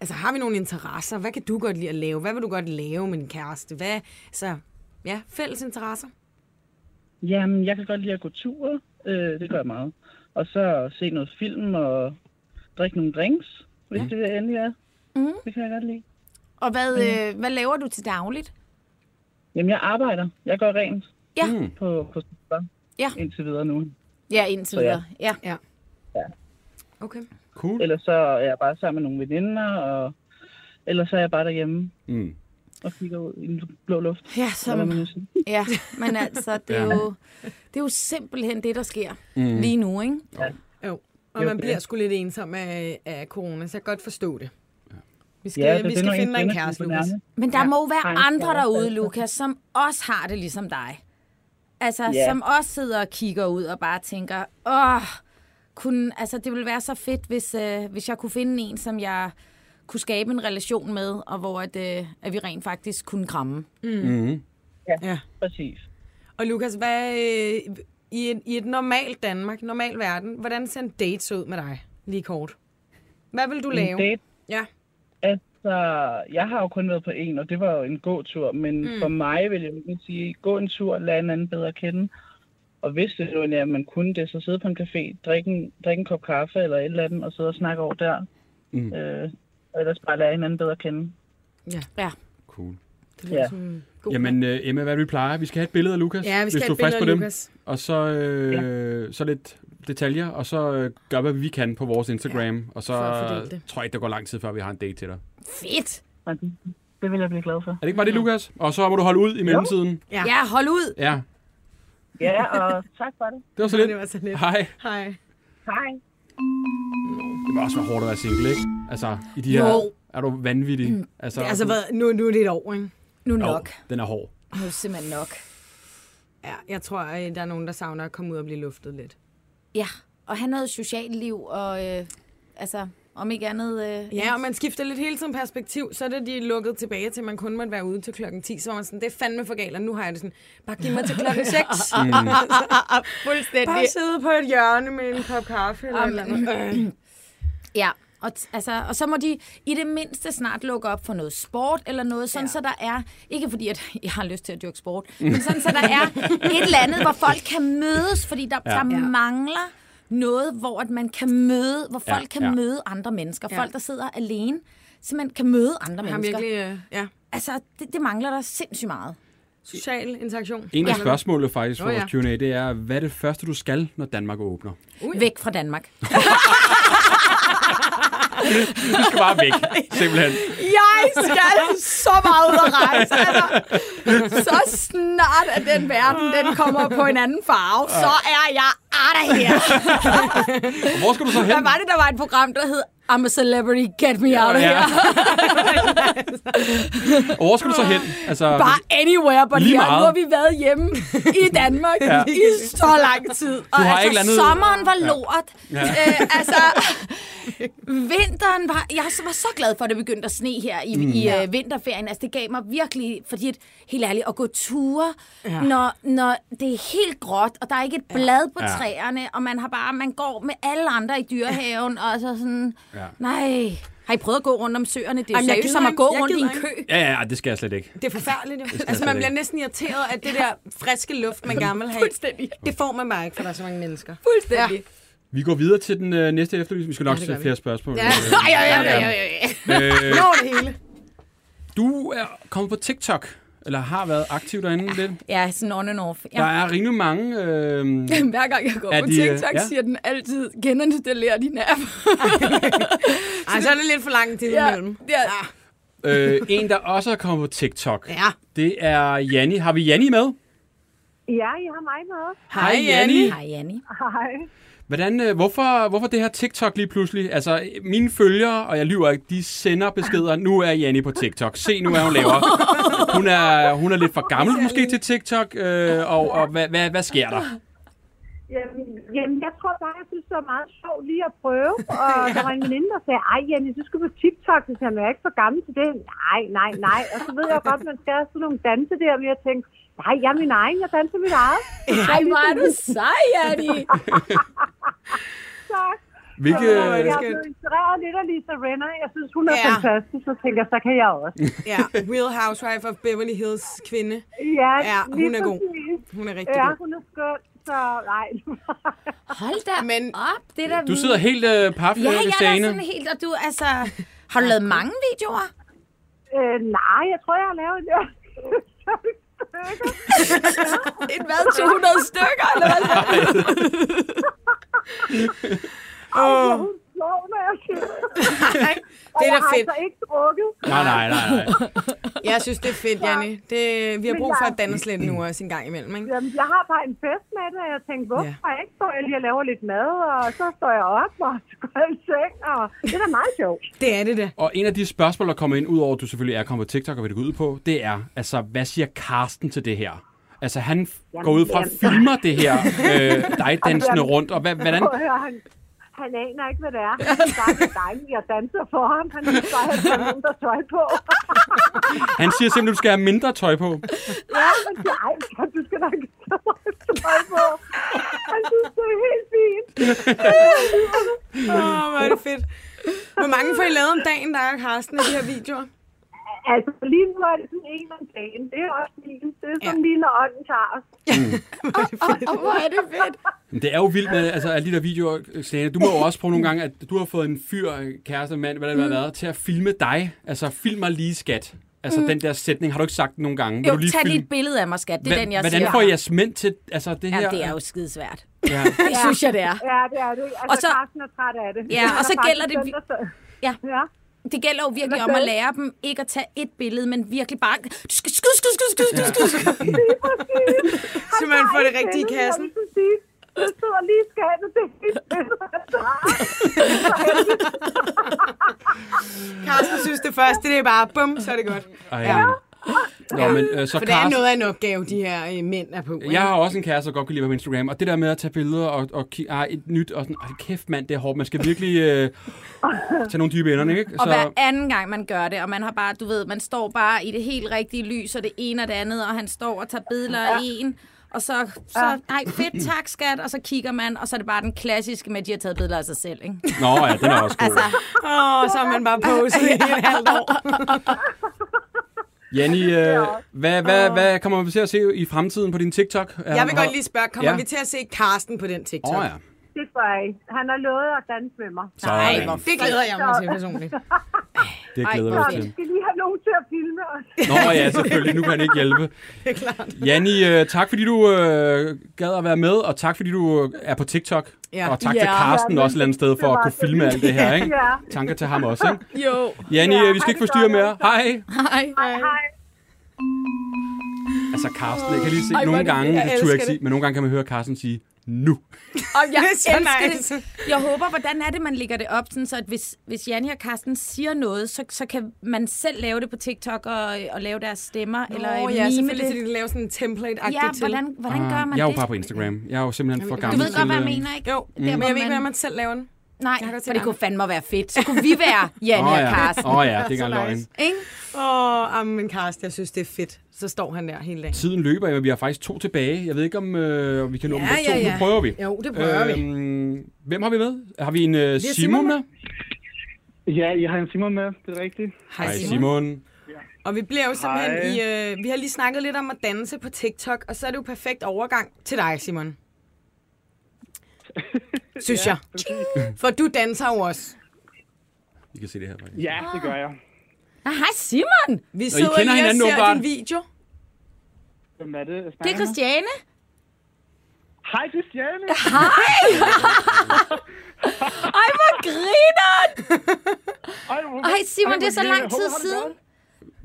[SPEAKER 6] altså, har vi nogle interesser? Hvad kan du godt lide at lave? Hvad vil du godt lave med din kæreste? Hvad, så, ja, fælles interesser.
[SPEAKER 8] Jamen, jeg kan godt lide at gå tur. Øh, det gør jeg meget. Og så se noget film og drikke nogle drinks, hvis ja. det endelig er. Mm. Det kan jeg godt lide.
[SPEAKER 5] Og hvad,
[SPEAKER 8] Mm.
[SPEAKER 5] øh, hvad laver du til dagligt?
[SPEAKER 8] Jamen, jeg arbejder. Jeg går rent
[SPEAKER 5] Ja.
[SPEAKER 8] på, på
[SPEAKER 5] Ja.
[SPEAKER 8] ja. indtil videre nu.
[SPEAKER 5] Ja, indtil
[SPEAKER 8] Så ja.
[SPEAKER 5] videre. Ja.
[SPEAKER 6] Ja. Okay.
[SPEAKER 4] Cool.
[SPEAKER 9] Ellers så er jeg bare sammen med nogle veninder, og ellers så er jeg bare derhjemme
[SPEAKER 4] Mm.
[SPEAKER 9] og kigger ud i den blå luft.
[SPEAKER 5] Ja,
[SPEAKER 9] eller hvad man nu
[SPEAKER 5] som,
[SPEAKER 9] siger.
[SPEAKER 5] ja, men altså, det er,
[SPEAKER 4] Ja.
[SPEAKER 5] jo, det er jo simpelthen det, der sker mm. lige nu, ikke?
[SPEAKER 6] Jo. Og man
[SPEAKER 9] Jo, det-
[SPEAKER 6] bliver sgu lidt ensom af, af corona, så jeg kan godt forstå det. Vi skal,
[SPEAKER 9] Ja, så
[SPEAKER 6] vi
[SPEAKER 9] det er, når
[SPEAKER 6] skal
[SPEAKER 9] ens
[SPEAKER 6] finde dig en
[SPEAKER 9] venner
[SPEAKER 6] kæreste,
[SPEAKER 9] skulle
[SPEAKER 6] Lukas.
[SPEAKER 9] fornærme.
[SPEAKER 5] Men der ja. må jo være
[SPEAKER 9] Ej,
[SPEAKER 5] andre
[SPEAKER 9] ja,
[SPEAKER 5] derude,
[SPEAKER 9] altså.
[SPEAKER 5] Lukas, som også har det ligesom dig. Altså,
[SPEAKER 9] Ja.
[SPEAKER 5] som også sidder og kigger ud og bare tænker, åh, kunne, altså, det ville være så fedt, hvis, øh, hvis jeg kunne finde en, som jeg kunne skabe en relation med, og hvor at, øh, at vi rent faktisk kunne kramme.
[SPEAKER 9] Præcis.
[SPEAKER 6] Og Lukas, hvad, øh, i, et, i et normalt Danmark, normal verden, hvordan ser en date ud med dig? Lige kort. Hvad vil du
[SPEAKER 9] En
[SPEAKER 6] lave?
[SPEAKER 9] date,
[SPEAKER 6] Ja.
[SPEAKER 9] altså, jeg har jo kun været på en, og det var jo en gåtur, men mm. for mig vil jeg jo sige, gå en tur, lad en anden bedre kende. Og hvis det nu er, at man kunne det, så sidde på en café, drikke en, drikke en kop kaffe eller et eller andet, og sidde og snakke over der.
[SPEAKER 4] Mm.
[SPEAKER 9] Øh, og ellers bare lære hinanden bedre at kende.
[SPEAKER 5] Ja.
[SPEAKER 4] Cool.
[SPEAKER 9] Ja.
[SPEAKER 6] God
[SPEAKER 4] Jamen, øh, Emma, hvad er det, vi plejer? Vi skal have et billede af Lukas,
[SPEAKER 6] Ja, vi skal
[SPEAKER 4] hvis
[SPEAKER 6] have
[SPEAKER 4] du
[SPEAKER 6] et
[SPEAKER 4] er frisk
[SPEAKER 6] billede
[SPEAKER 4] på
[SPEAKER 6] af
[SPEAKER 4] dem.
[SPEAKER 6] Lukas.
[SPEAKER 4] Og så, øh, så lidt detaljer, og så øh, gør, hvad vi kan på vores Instagram. Ja, og så
[SPEAKER 6] for at fordele det.
[SPEAKER 4] tror jeg ikke, der går lang tid, før vi har en date til dig. Er
[SPEAKER 5] Fedt!
[SPEAKER 9] Og det, det vil jeg blive glad for.
[SPEAKER 4] det ikke bare det, Lukas? Og så må du holde ud i mellemtiden.
[SPEAKER 5] Ja, ja hold ud!
[SPEAKER 4] Ja,
[SPEAKER 9] Ja, og tak for det.
[SPEAKER 4] det var så
[SPEAKER 6] Nå,
[SPEAKER 4] lidt.
[SPEAKER 6] det var så lidt.
[SPEAKER 4] Hej.
[SPEAKER 6] Hej.
[SPEAKER 9] Hej.
[SPEAKER 4] Det må også være hårdt at være single, ikke? Altså, i de her...
[SPEAKER 5] Jo.
[SPEAKER 4] Er du vanvittig? Altså,
[SPEAKER 6] Altså, hvad, nu, nu er det et år, ikke?
[SPEAKER 5] Nu
[SPEAKER 4] Jo,
[SPEAKER 5] nok.
[SPEAKER 4] den er hård.
[SPEAKER 5] Nu er det simpelthen nok.
[SPEAKER 6] Ja, jeg tror, øh, der er nogen, der savner at komme ud og blive luftet lidt.
[SPEAKER 5] Ja, og have noget socialt liv, og øh, altså, om ikke andet... Øh,
[SPEAKER 6] Ja, og man skifter lidt hele tiden perspektiv, så er det de er lukket tilbage til, at man kun måtte være ude til klokken 10, så var man sådan, det er fandme for galt, og nu har jeg det sådan, bare giv mig til klokken 6.
[SPEAKER 5] fuldstændig.
[SPEAKER 6] Mm. bare sidde på et hjørne med en kop kaffe eller et eller andet. Øh.
[SPEAKER 5] Ja, og, t- altså, og så må de i det mindste snart lukke op for noget sport eller noget, sådan ja. så der er, ikke fordi at jeg har lyst til at dyrke sport, men sådan så der er et eller andet, hvor folk kan mødes, fordi der, ja. der
[SPEAKER 6] Ja.
[SPEAKER 5] mangler noget, hvor at man kan møde, hvor
[SPEAKER 4] Ja,
[SPEAKER 5] folk kan
[SPEAKER 4] ja.
[SPEAKER 5] møde andre mennesker.
[SPEAKER 6] Ja.
[SPEAKER 5] Folk, der sidder alene, simpelthen kan møde andre
[SPEAKER 6] Har
[SPEAKER 5] mennesker.
[SPEAKER 6] virkelig, øh, ja,
[SPEAKER 5] Altså, det, det mangler der sindssygt meget.
[SPEAKER 6] social interaktion.
[SPEAKER 4] En af spørgsmålene faktisk for
[SPEAKER 6] Nå, ja.
[SPEAKER 4] vores Q&A, det er, hvad er det første, du skal, når Danmark åbner?
[SPEAKER 5] Uh. Væk fra Danmark.
[SPEAKER 4] Du skal bare væk, simpelthen.
[SPEAKER 3] Jeg skal så meget ud at rejse. Altså, så snart at den verden den kommer på en anden farve, så er jeg out of here.
[SPEAKER 4] Og hvor skal du så hen?
[SPEAKER 5] Hvad var det, der var et program, der hed I'm a celebrity, get me out of
[SPEAKER 4] Ja.
[SPEAKER 5] here.
[SPEAKER 4] Og hvor skal du så hen? Altså,
[SPEAKER 3] Bare anywhere but
[SPEAKER 4] Lige
[SPEAKER 3] here. Nu
[SPEAKER 4] meget.
[SPEAKER 3] har vi været hjemme i Danmark
[SPEAKER 4] Ja.
[SPEAKER 3] i så lang tid.
[SPEAKER 5] Og
[SPEAKER 4] Du har
[SPEAKER 5] altså,
[SPEAKER 4] ikke andet-
[SPEAKER 5] sommeren var lort.
[SPEAKER 4] Ja.
[SPEAKER 5] Ja. Øh, altså, vinteren var... Jeg var så glad for, at det begyndte at sne her i, mm. i øh, vinterferien. Altså, det gav mig virkelig... Fordi, at, helt ærligt, at gå ture, ja. når, når det er helt gråt, og der er ikke et blad på
[SPEAKER 4] Ja.
[SPEAKER 5] ja. træerne, og man har bare... Man går med alle andre i dyrehaven, og så sådan...
[SPEAKER 4] Ja.
[SPEAKER 5] Ja. Nej... Har I prøvet at gå rundt om søerne? Det er jo
[SPEAKER 6] Jamen, jeg
[SPEAKER 5] seriøst
[SPEAKER 6] gider
[SPEAKER 5] som at
[SPEAKER 6] ikke.
[SPEAKER 5] gå
[SPEAKER 6] Jeg
[SPEAKER 5] rundt i en
[SPEAKER 6] gider
[SPEAKER 5] kø.
[SPEAKER 4] ja, ja, ja, det skal jeg slet ikke.
[SPEAKER 6] Det er forfærdeligt jo. Altså,
[SPEAKER 4] slet
[SPEAKER 6] man
[SPEAKER 4] ikke.
[SPEAKER 6] bliver næsten irriteret af det der friske luft, man gerne vil have. Fuldstændig. Det får man bare ikke, for der er så mange mennesker.
[SPEAKER 3] Fuldstændig.
[SPEAKER 4] Vi går videre til den øh, næste efterlysning. Vi skal nok
[SPEAKER 6] det
[SPEAKER 4] stille
[SPEAKER 6] gør vi.
[SPEAKER 4] flere spørgsmål.
[SPEAKER 6] Ja.
[SPEAKER 5] Ej, ej, ej, ej, ej, ej.
[SPEAKER 4] Øh,
[SPEAKER 6] Nå, det hele.
[SPEAKER 4] du er kommet på TikTok, eller har været aktiv derinde lidt.
[SPEAKER 5] Ja, sådan on and off.
[SPEAKER 4] Der
[SPEAKER 5] Ja.
[SPEAKER 4] er rimelig mange... Øh,
[SPEAKER 3] Hver gang jeg går
[SPEAKER 4] Er
[SPEAKER 3] på
[SPEAKER 4] de, øh,
[SPEAKER 3] TikTok,
[SPEAKER 4] ja?
[SPEAKER 3] siger den altid, geninstallere din app.
[SPEAKER 6] Ej, så er det lidt for lang tid
[SPEAKER 3] Ja,
[SPEAKER 6] imellem.
[SPEAKER 3] ja.
[SPEAKER 4] øh, en, der også er kommet på TikTok,
[SPEAKER 6] Ja.
[SPEAKER 4] det er Janni. Har vi Janni med?
[SPEAKER 7] Ja, I har mig med.
[SPEAKER 6] Hej, Janni.
[SPEAKER 5] Hej, Janni.
[SPEAKER 7] Hej.
[SPEAKER 4] Hvordan, øh, hvorfor, hvorfor det her TikTok lige pludselig? Altså, øh, mine følgere, og jeg lyver ikke, de sender beskeder, nu er Janni på TikTok. Se nu, hvad hun laver. Hun er, hun er lidt for gammel måske til TikTok, øh, og, og hvad, hvad, hvad sker der?
[SPEAKER 7] Jamen, jamen, jeg tror bare, jeg synes, det var meget sjovt lige at prøve. Og der var en veninde, der sagde, ej Jenny, du skal på TikTok, så sagde jeg, "Men jeg er ikke for gammel til det. Nej, nej, nej. Og så ved jeg jo godt, man skal have sådan nogle danse der, men jeg tænkte, nej, jeg er min egen, jeg danser mit eget.
[SPEAKER 3] Ej, hvor er du sej, Annie.
[SPEAKER 7] Så,
[SPEAKER 4] Hvilke,
[SPEAKER 7] øh, jeg er blevet inspireret lidt af Lisa Renner. Jeg synes, hun er
[SPEAKER 6] Ja.
[SPEAKER 7] ja. fantastisk, så tænker jeg, så kan jeg også.
[SPEAKER 6] Ja, Real Housewife of Beverly Hills kvinde.
[SPEAKER 7] Ja,
[SPEAKER 6] Ja, hun
[SPEAKER 7] lige
[SPEAKER 6] er god.
[SPEAKER 7] præcis.
[SPEAKER 6] Hun er rigtig
[SPEAKER 7] Ja,
[SPEAKER 6] god.
[SPEAKER 7] hun er skøn. Så nej,
[SPEAKER 5] Hold da
[SPEAKER 6] Men-
[SPEAKER 5] Men, op, det der
[SPEAKER 4] du sidder helt øh, paf,
[SPEAKER 5] Ja,
[SPEAKER 4] øh,
[SPEAKER 5] jeg er da
[SPEAKER 4] Christiane.
[SPEAKER 5] sådan helt, og du, altså... Har du lavet mange videoer?
[SPEAKER 7] øh, nej, jeg tror, jeg har lavet en
[SPEAKER 3] Et hvad, 200 stykker, eller hvad?
[SPEAKER 7] Ej, hun klog, når jeg sidder.
[SPEAKER 6] Nej,
[SPEAKER 7] Og
[SPEAKER 6] det er
[SPEAKER 7] jeg
[SPEAKER 6] da
[SPEAKER 7] har
[SPEAKER 6] fedt.
[SPEAKER 7] altså ikke drukket.
[SPEAKER 4] Nej, nej, nej, nej.
[SPEAKER 6] Jeg synes, det er fedt, Janne. Det, vi har
[SPEAKER 7] Men
[SPEAKER 6] brug for
[SPEAKER 7] jeg-
[SPEAKER 6] at danse lidt nu også en gang imellem, ikke?
[SPEAKER 7] Jamen, jeg har bare en fest med det, og jeg tænkte, hvorfor ja. ikke? Så jeg lige og laver lidt mad, og så står jeg op, og så går jeg i seng, og det er da meget sjovt.
[SPEAKER 6] Det er det da.
[SPEAKER 4] Og en af de spørgsmål, der kommer ind, udover at du selvfølgelig er kommet på TikTok og hvad det går ud på, det er, altså, hvad siger Karsten til det her? Altså, han jamen, går ud fra at
[SPEAKER 7] jamen.
[SPEAKER 4] filmer det her, øh, dig dansende
[SPEAKER 7] Jamen.
[SPEAKER 4] rundt, og hvad, hvordan...
[SPEAKER 7] Prøv at høre, han, han aner ikke, hvad det er. Han synes bare, det er dejligt, jeg danser for ham. Han synes bare, at han har mindre tøj på.
[SPEAKER 4] Han siger simpelthen, du skal have mindre tøj på.
[SPEAKER 7] Ja, men det, ej, skat, du skal da ikke tage meget tøj på. Han synes, det er helt fint.
[SPEAKER 6] Åh, oh, hvor er det fedt. Hvor mange får I lavet om dagen, der er Karsten, af de her videoer?
[SPEAKER 7] Altså, lige nu er det sådan en om dagen. Det er også fint. Det er sådan
[SPEAKER 6] Ja.
[SPEAKER 7] lige, når ånden tager os.
[SPEAKER 3] Og hvor er det fedt.
[SPEAKER 4] Men det er jo vildt med altså, alle de der videoer, Selena. Du må jo også prøve nogle gange, at du har fået en fyr, øh, kæreste, mand, hvad det
[SPEAKER 5] Mm.
[SPEAKER 4] har været, til at filme dig. Altså, film mig lige, skat. Altså, mm. den der sætning har du ikke sagt nogen gange. Vil
[SPEAKER 5] Jo,
[SPEAKER 4] du lige
[SPEAKER 5] tag lige
[SPEAKER 4] filme-
[SPEAKER 5] et billede af mig, skat. Det er
[SPEAKER 4] Hva-
[SPEAKER 5] den, jeg
[SPEAKER 4] Hvordan
[SPEAKER 5] siger.
[SPEAKER 4] får jeres mænd til altså, det her?
[SPEAKER 5] Ja, det er jo skidesvært.
[SPEAKER 4] Ja.
[SPEAKER 5] Det synes jeg, det er.
[SPEAKER 7] Ja, det er det. Altså,
[SPEAKER 5] Og
[SPEAKER 7] og
[SPEAKER 5] så-
[SPEAKER 7] så, Carsten er træt af det.
[SPEAKER 5] Ja,
[SPEAKER 7] Han
[SPEAKER 5] og
[SPEAKER 7] er
[SPEAKER 5] så
[SPEAKER 7] faktisk
[SPEAKER 5] gælder det
[SPEAKER 7] den,
[SPEAKER 5] vi-
[SPEAKER 7] der så-
[SPEAKER 5] Ja.
[SPEAKER 7] Ja.
[SPEAKER 5] Det gælder jo virkelig om at lære dem ikke at tage et billede, men virkelig bare... Du skal skud, skud, skud, skud, skud, skud.
[SPEAKER 6] Så man får det
[SPEAKER 7] Ej,
[SPEAKER 6] rigtige i
[SPEAKER 7] Dennis,
[SPEAKER 6] kassen.
[SPEAKER 7] Jeg vil så sige, det sidder lige i skabet. Det er helt
[SPEAKER 6] Karsten synes det første, det er bare bum, så er det godt.
[SPEAKER 4] Ej, ja. Nå, men øh, så
[SPEAKER 6] For det er
[SPEAKER 4] Karsten-
[SPEAKER 6] noget af en opgave, de her øh, mænd er på. ikke?
[SPEAKER 4] Jeg har også en kæreste, der godt kan lide at være på Instagram, og det der med at tage billeder og, og ki- ah, et nyt, og sådan, ej, kæft mand, det er hårdt. Man skal virkelig øh, tage nogle dybe ender, ikke?
[SPEAKER 5] Og hver anden gang, man gør det, og man har bare, du ved, man står bare i det helt rigtige lys, og det ene og det andet, og han står og tager billeder af en, og så, så nej, fedt, tak skat, og så kigger man, og så er det bare den klassiske med, at de har taget billeder af sig selv, ikke?
[SPEAKER 4] Nå ja, den er også god. Altså.
[SPEAKER 6] Åh, oh, så har man bare poset i et halvt år.
[SPEAKER 4] Jenny, øh, hvad, hvad, hvad kommer vi til at se i fremtiden på din TikTok?
[SPEAKER 6] Jeg vil godt lige spørge, kommer
[SPEAKER 4] Ja.
[SPEAKER 6] vi til at se Karsten på den TikTok?
[SPEAKER 4] Åh oh, ja.
[SPEAKER 7] Det tror jeg ikke. Han har lovet at danse med mig.
[SPEAKER 4] Så, øh,
[SPEAKER 5] Nej, hvor
[SPEAKER 6] Det glæder jeg mig til personligt.
[SPEAKER 4] Det glæder vi
[SPEAKER 5] Ej,
[SPEAKER 7] Så
[SPEAKER 4] os
[SPEAKER 7] vi
[SPEAKER 4] til.
[SPEAKER 7] skal lige have nogen til at filme os.
[SPEAKER 4] Nå ja, selvfølgelig. Nu kan han ikke hjælpe.
[SPEAKER 6] Det er klart.
[SPEAKER 4] Janni, øh, tak fordi du øh, gad at være med, og tak fordi du øh, er på TikTok.
[SPEAKER 6] Ja.
[SPEAKER 4] Og tak til
[SPEAKER 3] Ja.
[SPEAKER 4] Karsten
[SPEAKER 7] Ja,
[SPEAKER 4] også et eller andet sted for
[SPEAKER 7] det
[SPEAKER 4] at
[SPEAKER 7] var
[SPEAKER 4] kunne
[SPEAKER 7] så
[SPEAKER 4] filme alt det her, ikke?
[SPEAKER 7] Ja.
[SPEAKER 4] Tanker til ham også, ikke?
[SPEAKER 3] Jo.
[SPEAKER 4] Janni,
[SPEAKER 7] Ja,
[SPEAKER 4] øh, vi skal ikke
[SPEAKER 7] hej, det altså.
[SPEAKER 4] forstyrre
[SPEAKER 7] gør
[SPEAKER 4] mere.
[SPEAKER 7] jeg.
[SPEAKER 4] Hej!
[SPEAKER 5] Nej.
[SPEAKER 7] Hej.
[SPEAKER 4] Altså Carsten, jeg kan lige se,
[SPEAKER 3] Ej, hvor
[SPEAKER 4] nogle
[SPEAKER 3] er det
[SPEAKER 4] gange,
[SPEAKER 3] fedt.
[SPEAKER 6] Jeg
[SPEAKER 4] det turde jeg
[SPEAKER 6] elsker
[SPEAKER 4] ikke sige, men nogle gange kan man høre Carsten sige, nu.
[SPEAKER 3] Og jeg
[SPEAKER 6] Det er så
[SPEAKER 5] elsker
[SPEAKER 6] nice.
[SPEAKER 5] det. Jeg håber, hvordan er det, man lægger det op, sådan, så at hvis, hvis Janne og Karsten siger noget, så, så kan man selv lave det på TikTok og, og lave deres stemmer, Nå,
[SPEAKER 6] Eller øh,
[SPEAKER 5] eller
[SPEAKER 6] ja,
[SPEAKER 5] mime
[SPEAKER 6] selvfølgelig, fordi
[SPEAKER 5] det.
[SPEAKER 6] de laver sådan en template-agtigt
[SPEAKER 5] Ja,
[SPEAKER 6] til.
[SPEAKER 5] hvordan, hvordan
[SPEAKER 4] Ah,
[SPEAKER 5] gør man
[SPEAKER 4] jeg er jo
[SPEAKER 5] det?
[SPEAKER 4] bare på Instagram. Jeg er jo simpelthen for
[SPEAKER 6] det-
[SPEAKER 4] gammel
[SPEAKER 5] Du ved godt, hvad jeg
[SPEAKER 4] til, øh,
[SPEAKER 5] mener, ikke?
[SPEAKER 6] Jo,
[SPEAKER 5] Der,
[SPEAKER 6] men jeg
[SPEAKER 5] hvor
[SPEAKER 6] ved ikke, hvordan man selv laver den.
[SPEAKER 5] Nej,
[SPEAKER 6] Jeg kan godt se
[SPEAKER 5] for det
[SPEAKER 6] det.
[SPEAKER 5] kunne fandme være fedt. Så kunne vi være Janne
[SPEAKER 4] Åh
[SPEAKER 5] og
[SPEAKER 4] ja.
[SPEAKER 5] Karsten.
[SPEAKER 4] Åh ja, det er ikke engang løgn.
[SPEAKER 5] Ikke?
[SPEAKER 6] Åh, oh, men Karsten, jeg synes, det er fedt. Så står han der hele dagen.
[SPEAKER 4] Tiden løber, men vi har faktisk to tilbage. Jeg ved ikke, om øh, vi kan nå ja,
[SPEAKER 6] Ja,
[SPEAKER 4] dem begge to.
[SPEAKER 6] ja, ja.
[SPEAKER 4] Nu prøver vi.
[SPEAKER 6] Jo, det prøver vi.
[SPEAKER 4] øhm, Hvem har vi med? Har vi en øh, Simon,
[SPEAKER 6] Simon
[SPEAKER 4] med?
[SPEAKER 9] Ja, jeg har en Simon med, det er rigtigt.
[SPEAKER 6] Hej Simon.
[SPEAKER 4] Simon.
[SPEAKER 6] Og vi bliver jo simpelthen
[SPEAKER 9] Hej.
[SPEAKER 6] i... Øh, vi har lige snakket lidt om at danse på TikTok, og så er det jo perfekt overgang til dig, Simon. Synes jeg. For du danser jo også.
[SPEAKER 4] I kan se det her. faktisk.
[SPEAKER 9] Ja, det gør jeg.
[SPEAKER 5] Nå, hej Simon!
[SPEAKER 6] Vi
[SPEAKER 4] I kender
[SPEAKER 6] sidder lige og
[SPEAKER 4] hinanden
[SPEAKER 6] ser
[SPEAKER 4] åbenbart.
[SPEAKER 6] din video.
[SPEAKER 9] Hvem er det? jeg
[SPEAKER 5] Det
[SPEAKER 9] snakker
[SPEAKER 5] er
[SPEAKER 9] med?
[SPEAKER 5] Christiane.
[SPEAKER 9] Hej, Christiane.
[SPEAKER 5] Ej, hvor grineren!
[SPEAKER 9] Ej, hvor-
[SPEAKER 5] Ej, Simon,
[SPEAKER 9] hvor
[SPEAKER 5] det er så lang
[SPEAKER 9] hyggeligt.
[SPEAKER 5] tid
[SPEAKER 9] Jeg håber, har det
[SPEAKER 5] siden.
[SPEAKER 9] godt.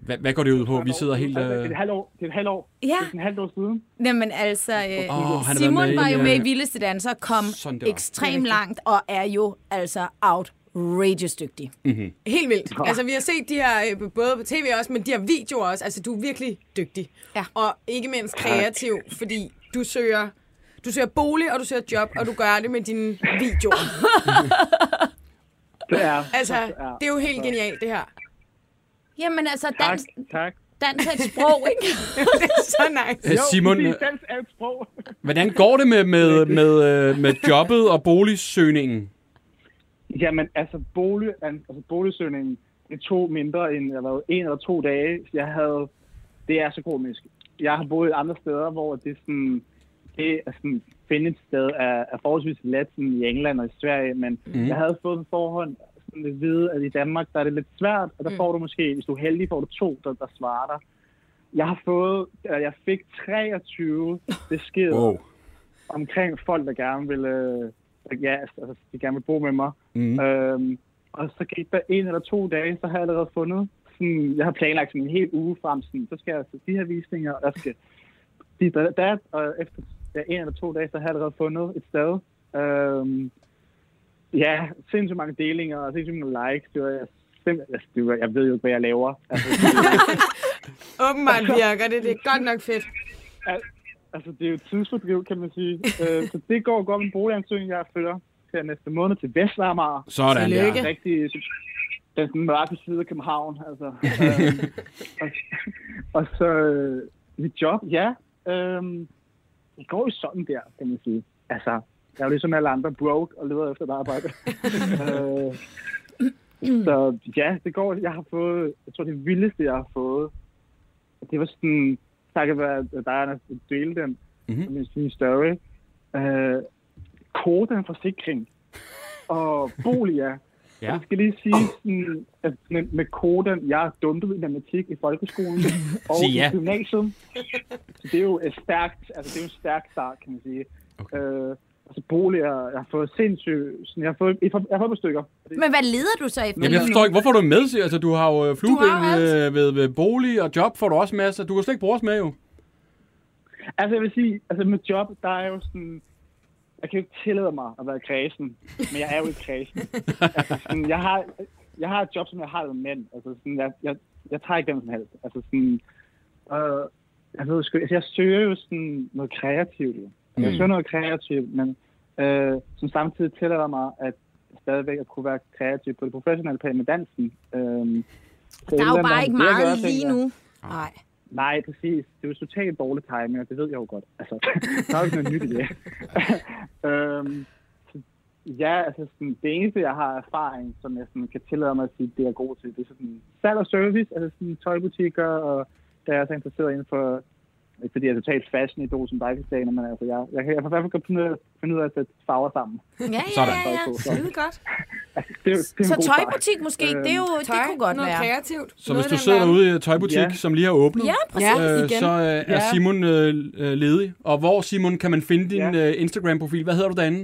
[SPEAKER 4] Hvad, hvad går det ud på? Vi sidder helt...
[SPEAKER 9] Altså, Det
[SPEAKER 4] Øh...
[SPEAKER 9] er et halvt år. Det er et halvt år.
[SPEAKER 5] Ja,
[SPEAKER 9] Det er et halvt år siden.
[SPEAKER 5] Jamen altså, øh,
[SPEAKER 4] Åh, han har
[SPEAKER 5] oh,
[SPEAKER 4] været
[SPEAKER 5] Simon
[SPEAKER 4] med i,
[SPEAKER 5] var jo
[SPEAKER 4] øh,
[SPEAKER 5] med i Vildeste Danser, kom
[SPEAKER 4] Sådan der.
[SPEAKER 5] ekstremt langt og er jo altså outrageous dygtig.
[SPEAKER 6] Helt vildt. Altså, vi har set de her, øh, både på tv også, men de her videoer også. Altså, du er virkelig dygtig.
[SPEAKER 5] Ja.
[SPEAKER 6] Og ikke mindst kreativ, fordi du søger... Du søger bolig, og du søger job, og du gør det med dine videoer.
[SPEAKER 9] Det er.
[SPEAKER 6] Altså, det er jo helt genialt, det her.
[SPEAKER 5] Jamen altså,
[SPEAKER 9] Tak,
[SPEAKER 5] dans,
[SPEAKER 9] tak.
[SPEAKER 5] dans er et sprog, ikke?
[SPEAKER 6] Det er så nice.
[SPEAKER 4] øh, Simon,
[SPEAKER 9] Jo,
[SPEAKER 4] øh,
[SPEAKER 9] præcis. dans er et sprog.
[SPEAKER 4] hvordan går det med, med, med, øh, med jobbet og boligsøgningen?
[SPEAKER 9] Jamen, altså, bolig, altså boligsøgningen, det tog mindre end jeg var, en eller to dage. Jeg havde, det er så komisk. Jeg har boet andre steder, hvor det er sådan, det er sådan, finde et sted er, er forholdsvis let sådan i England og i Sverige, men mm. jeg havde fået på forhånd sådan at vide, at i Danmark, der er det lidt svært, og der mm. får du måske, hvis du er heldig, får du to, der, der svarer dig. Jeg har fået, eller jeg fik 23 beskeder
[SPEAKER 4] Wow.
[SPEAKER 9] omkring folk, der gerne vil, øh, ja, altså, de gerne vil bo med mig.
[SPEAKER 4] Mhm.
[SPEAKER 9] Mm. Øhm, og så gik der en eller to dage, så har jeg allerede fundet. Sådan, jeg har planlagt sådan en hel uge frem, sådan, så skal jeg til de her visninger, og der skal de der, der, og efter ja, en eller to dage, så har jeg allerede fundet et sted. Øhm, ja, sindssygt mange delinger og sindssygt mange likes. Det var, jeg, simp- altså, det var, jeg ved jo ikke, hvad jeg laver. Altså,
[SPEAKER 6] Åbenbart virker det. Det er godt nok fedt.
[SPEAKER 9] Altså, det er jo et tidsfordriv, kan man sige. øh, så det går godt med en boligansøgning, jeg flytter her næste måned til Vestamager.
[SPEAKER 4] Sådan der.
[SPEAKER 6] Tillykke.
[SPEAKER 9] Rigtig, den sådan mørke side af København, altså. øh, og, og, så øh, mit job, ja. Øh, det går jo sådan der, kan man sige. Altså, jeg er jo ligesom alle andre broke og leder efter et arbejde. øh, så ja, det går. Jeg har fået, jeg tror det vildeste, jeg har fået, det var sådan, takket være dig, Anders, at dele den,
[SPEAKER 4] Mhm.
[SPEAKER 9] mm-hmm. min sin story. Øh, kode en forsikring og boliger.
[SPEAKER 4] Ja.
[SPEAKER 9] Ja. Jeg skal lige sige, sådan, at med, med koden, jeg er dumpet i matematik i folkeskolen og
[SPEAKER 4] Sig
[SPEAKER 9] i
[SPEAKER 4] ja.
[SPEAKER 9] gymnasiet. Så det er jo et stærkt, altså det er jo en stærk start, kan man sige.
[SPEAKER 4] Okay.
[SPEAKER 9] Okay. Øh, altså boliger, jeg har fået sindssygt, sådan, jeg har fået, jeg har jeg har fået på stykker.
[SPEAKER 5] Men hvad leder du så efter?
[SPEAKER 4] Jamen, jeg forstår ikke, hvorfor er du med? siger- Altså, du har jo øh, flueben
[SPEAKER 5] har alt.
[SPEAKER 4] ved, ved, ved, bolig og job, får du også masser. Du kan slet ikke bruge os med, jo.
[SPEAKER 9] Altså jeg vil sige, altså med job, der er jo sådan, jeg kan jo ikke tillade mig at være kredsen, men jeg er jo ikke kredsen. altså sådan, jeg har, jeg har et job, som jeg har det med mænd. Altså sådan, jeg, jeg, jeg tager ikke hvem som helst. Altså sådan, øh, jeg ved sgu, altså, jeg søger jo sådan noget kreativt. jo. Altså, Jeg søger noget kreativt, men øh, som samtidig tillader mig, at stadigvæk at kunne være kreativ på det professionelle plan med dansen. Øh,
[SPEAKER 5] Der er jo bare ikke meget lige nu. Nej.
[SPEAKER 9] Nej, præcis. Det er jo totalt dårlig timing, og det ved jeg jo godt. Altså, der er jo ikke noget nyt i det. øhm, så- ja, altså sådan, det eneste, jeg har erfaring, som jeg sådan, kan tillade mig at sige, det er god til, det er sådan salg og service, altså sådan tøjbutikker, og der er jeg så interesseret inden for, ikke fordi jeg er totalt fashion idol som dig kan men altså, jeg, jeg, kan, jeg kan i hvert fald godt finde, ud af- finde ud af at sætte farver sammen.
[SPEAKER 5] Ja, ja,
[SPEAKER 4] Sådan.
[SPEAKER 5] ja. ja.
[SPEAKER 9] Så,
[SPEAKER 6] Skide godt.
[SPEAKER 9] det, er jo- det er en
[SPEAKER 5] Så
[SPEAKER 9] god start.
[SPEAKER 5] tøjbutik måske, det, er jo, det
[SPEAKER 6] Tøj,
[SPEAKER 5] kunne godt
[SPEAKER 6] noget
[SPEAKER 5] være.
[SPEAKER 6] kreativt.
[SPEAKER 4] Så
[SPEAKER 6] Noget
[SPEAKER 4] hvis
[SPEAKER 6] i
[SPEAKER 4] du
[SPEAKER 6] den
[SPEAKER 4] sidder
[SPEAKER 6] verden.
[SPEAKER 4] derude i en tøjbutik,
[SPEAKER 9] Ja.
[SPEAKER 4] som lige er åbnet, øh,
[SPEAKER 5] Ja, præcis.
[SPEAKER 6] Ja.
[SPEAKER 5] Ja.
[SPEAKER 6] igen.
[SPEAKER 4] så øh, er
[SPEAKER 9] Ja.
[SPEAKER 4] Simon øh, øh, ledig. Og hvor, Simon, kan man finde din
[SPEAKER 9] Ja.
[SPEAKER 4] øh, Instagram-profil? Hvad hedder du derinde?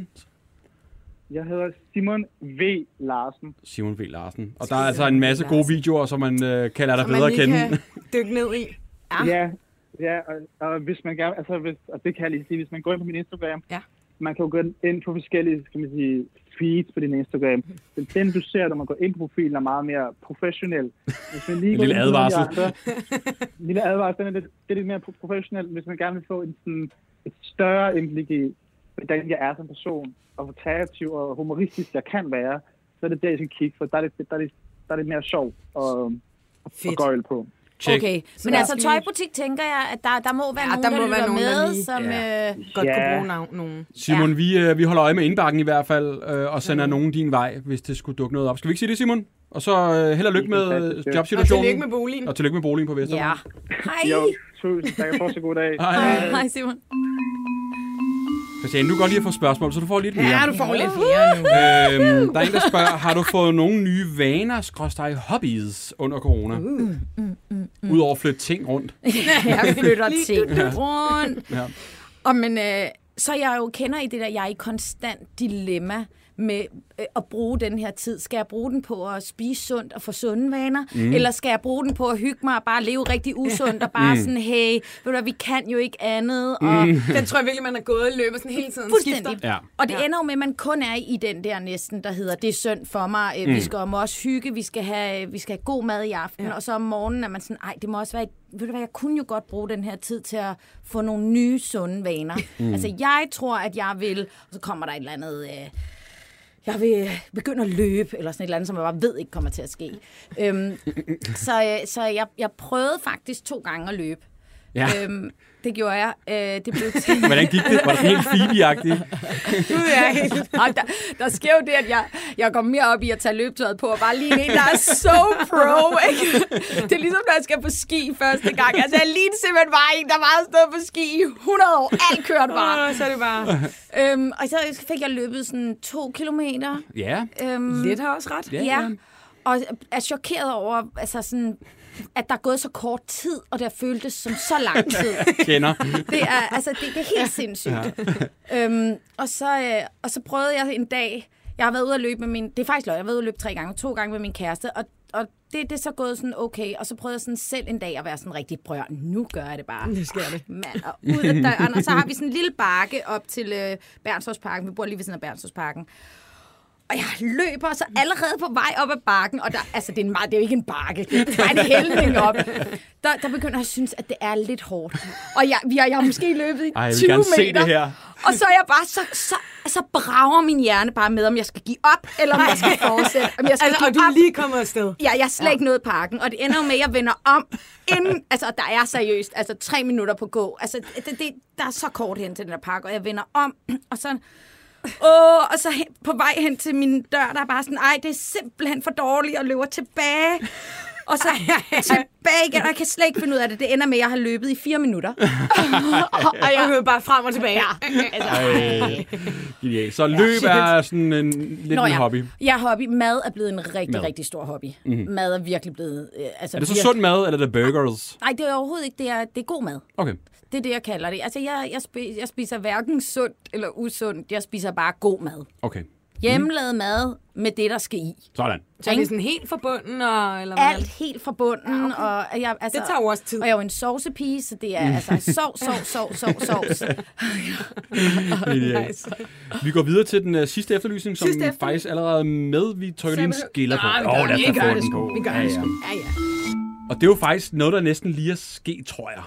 [SPEAKER 9] Jeg hedder Simon V. Larsen.
[SPEAKER 4] Simon V. Larsen. Og der er altså en masse gode videoer, som man øh, kan lade dig bedre at
[SPEAKER 6] lige
[SPEAKER 4] kende.
[SPEAKER 6] kan dykke ned i.
[SPEAKER 9] Ja, ja og, og, hvis man gerne, altså hvis, og det kan jeg lige sige, hvis man går ind på min Instagram,
[SPEAKER 6] Ja.
[SPEAKER 9] man kan jo gå ind på forskellige, skal man sige, feeds på din Instagram. Men den, du ser, når man går ind på profilen, er meget mere professionel. Hvis man lige
[SPEAKER 4] En
[SPEAKER 9] går
[SPEAKER 4] lille
[SPEAKER 9] ind på nogle af de
[SPEAKER 4] advarsel.
[SPEAKER 9] andre- en lille advarsel, den er lidt, det er lidt mere pro- professionel, hvis man gerne vil få en, sådan, et større indblik i, hvordan jeg er som person, og hvor kreativ og humoristisk jeg kan være, så er det der, jeg skal kigge, for der er lidt, der er lidt, der er lidt mere sjov og, og gøjl på.
[SPEAKER 4] Tjek.
[SPEAKER 5] Okay, men altså tøjbutik tænker jeg, at der, der må være
[SPEAKER 6] Ja,
[SPEAKER 5] nogen,
[SPEAKER 6] der
[SPEAKER 5] der,
[SPEAKER 6] må være
[SPEAKER 5] lytter
[SPEAKER 6] nogen, der
[SPEAKER 5] med,
[SPEAKER 6] lige-
[SPEAKER 5] som...
[SPEAKER 4] Ja.
[SPEAKER 5] Øh,
[SPEAKER 6] Godt
[SPEAKER 9] Ja.
[SPEAKER 6] kunne bruge navn, nogen.
[SPEAKER 4] Simon, vi, øh, vi holder øje med indbakken i hvert fald, øh, og sender nogen din vej, hvis det skulle dukke noget op. Skal vi ikke sige det, Simon? Og så øh, held og lykke med øh,
[SPEAKER 9] Fantastisk, ja.
[SPEAKER 6] Og
[SPEAKER 4] jobsituationen.
[SPEAKER 6] tillykke med boligen.
[SPEAKER 4] Og tillykke med boligen på Vester.
[SPEAKER 5] ja. Hej.
[SPEAKER 9] Jo, tusind tak. Jeg får så god dag.
[SPEAKER 4] Hej.
[SPEAKER 5] Hej, Simon.
[SPEAKER 4] Christian, du kan godt lige få spørgsmål, så du får lidt mere.
[SPEAKER 6] Ja, du får lidt flere nu.
[SPEAKER 4] Øhm, der er en, der spørger, har du fået nogle nye vaner, skråstrej hobbies under
[SPEAKER 6] Uh.
[SPEAKER 4] corona? Udover at flytte ting rundt.
[SPEAKER 5] Jeg flytter ting
[SPEAKER 6] Ja.
[SPEAKER 5] rundt.
[SPEAKER 4] Ja.
[SPEAKER 5] Og men, øh, så jeg jo kender i det der, jeg er i konstant dilemma med øh, at bruge den her tid. Skal jeg bruge den på at spise sundt og få sunde vaner? Mm. Eller skal jeg bruge den på at hygge mig og bare leve rigtig usundt og bare mm. sådan, hey, ved du hvad, vi kan jo ikke andet. Og, mm.
[SPEAKER 6] Den tror jeg virkelig, man har gået og løbet sådan hele tiden.
[SPEAKER 5] Fuldstændig.
[SPEAKER 6] Skifter.
[SPEAKER 4] Ja.
[SPEAKER 5] Og det ja. ender jo med, at man kun er i den der næsten, der hedder, det er synd for mig, mm. vi skal om også hygge, vi skal, have, øh, vi skal have god mad i aften, ja. og så om morgenen er man sådan, ej, det må også være, et- ved du hvad, jeg kunne jo godt bruge den her tid til at få nogle nye, sunde vaner. Mm. Altså, jeg tror, at jeg vil, og så kommer der et eller andet... Øh, jeg vil begynde at løbe, eller sådan et eller andet, som jeg bare ved ikke kommer til at ske. Øhm, så øh, så jeg, jeg prøvede faktisk to gange at løbe.
[SPEAKER 4] ja.
[SPEAKER 5] Øhm, det gjorde jeg. Øh, det blev til...
[SPEAKER 4] Hvordan gik det? Var det sådan helt Phoebe-agtigt?
[SPEAKER 5] Gud, jeg er helt... Og der, der sker jo det, at jeg, jeg går mere op i at tage løbetøjet på, og bare lige en, der er så pro, ikke? Det er ligesom, når jeg skal på ski første gang. Altså, jeg lignede simpelthen bare en, der bare har stået på ski i 100 år. Alt kørte bare.
[SPEAKER 6] Åh, så er det bare...
[SPEAKER 5] Øhm, og så fik jeg løbet sådan to kilometer.
[SPEAKER 4] Ja.
[SPEAKER 6] Øh,
[SPEAKER 5] Øhm,
[SPEAKER 6] Lidt har også ret.
[SPEAKER 4] Ja, ja.
[SPEAKER 5] Ja, og er chokeret over, altså sådan, at der er gået så kort tid, og det har føltes som så lang tid.
[SPEAKER 4] Kender.
[SPEAKER 5] Det er, altså, det, det er helt sindssygt. Ja. Øhm, og, så, øh, og så prøvede jeg en dag, Jeg har været ude at løbe med min... Det er faktisk løgn. Jeg har været ude at løbe tre gange. To gange med min kæreste. Og, og det, det er så gået sådan okay. Og så prøvede jeg sådan selv en dag at være sådan rigtig prøv. at høre, Nu gør jeg det bare. Nu skal det. Mand, og ud af døren. Og så har vi sådan en lille bakke op til øh, Bernstorvsparken. Vi bor lige ved siden af Bernstorvsparken. Og jeg løber så allerede på vej op ad bakken, og der, altså, det, er en meget, det er jo ikke en bakke, det er en hældning op. Der, der begynder jeg at synes, at det er lidt hårdt. Og jeg, vi har, jeg har måske løbet i
[SPEAKER 4] Ej, jeg vil
[SPEAKER 5] 20
[SPEAKER 4] gerne se
[SPEAKER 5] meter.
[SPEAKER 4] det her.
[SPEAKER 5] Og så er jeg bare, så, så, så brager min hjerne bare med, om jeg skal give op, eller om jeg skal fortsætte. Om jeg skal
[SPEAKER 6] Altså,
[SPEAKER 5] give
[SPEAKER 6] og du
[SPEAKER 5] op.
[SPEAKER 6] er lige kommet afsted.
[SPEAKER 5] Ja, jeg er slet ja. ikke nået parken, og det ender jo med, at jeg vender om, inden, altså og der er seriøst, altså tre minutter på gå, altså det, det, der er så kort hen til den der park, og jeg vender om, og så, åh, og så hen, på vej hen til min dør, der er bare sådan, ej, det er simpelthen for dårligt, og løber tilbage, og så tilbage igen, og jeg kan slet ikke finde ud af det, det ender med, at jeg har løbet i fire minutter, og, og
[SPEAKER 6] Jeg
[SPEAKER 5] jeg,
[SPEAKER 6] hører bare frem og tilbage. Ja.
[SPEAKER 4] Ej, genial. Så løb er sådan en, lidt en hobby.
[SPEAKER 5] Ja, hobby. Mad er blevet en rigtig,
[SPEAKER 4] Mad.
[SPEAKER 5] mad. rigtig stor hobby. Mm-hmm. Mad er virkelig blevet... Øh, altså
[SPEAKER 4] Er det så
[SPEAKER 5] virkelig-
[SPEAKER 4] sund mad, eller er det burgers?
[SPEAKER 5] Nej, det er overhovedet ikke. Det er, det er god mad.
[SPEAKER 4] Okay.
[SPEAKER 5] Det er det, jeg kalder det. Altså, jeg, jeg, spi- jeg spiser hverken sundt eller usundt. Jeg spiser bare god mad.
[SPEAKER 4] Okay.
[SPEAKER 5] Hjemmelavet mad med det, der skal i.
[SPEAKER 4] Sådan.
[SPEAKER 6] Så er det sådan helt fra bunden, og, eller hvad?
[SPEAKER 5] Alt helt fra bunden. Okay. Og jeg, altså,
[SPEAKER 6] Det tager jo også tid.
[SPEAKER 5] Og jeg er jo en sovsepige, så det er altså sov, sov, sov, sov, sovs.
[SPEAKER 4] Genial. Vi går videre til den uh, sidste efterlysning, som
[SPEAKER 6] Sidste
[SPEAKER 4] sidste
[SPEAKER 6] efterlysning.
[SPEAKER 4] faktisk allerede er med. Vi trykker lige en skiller på.
[SPEAKER 6] Nej, vi
[SPEAKER 4] Åh,
[SPEAKER 6] gør
[SPEAKER 4] lad os da
[SPEAKER 6] det.
[SPEAKER 4] få
[SPEAKER 6] Vi gør
[SPEAKER 4] den
[SPEAKER 6] det sgu.
[SPEAKER 4] på.
[SPEAKER 6] Vi gør
[SPEAKER 4] Ja,
[SPEAKER 6] det
[SPEAKER 4] ja.
[SPEAKER 6] sgu.
[SPEAKER 5] Ja, ja.
[SPEAKER 4] Og det er jo faktisk noget, der næsten lige er sket, tror jeg.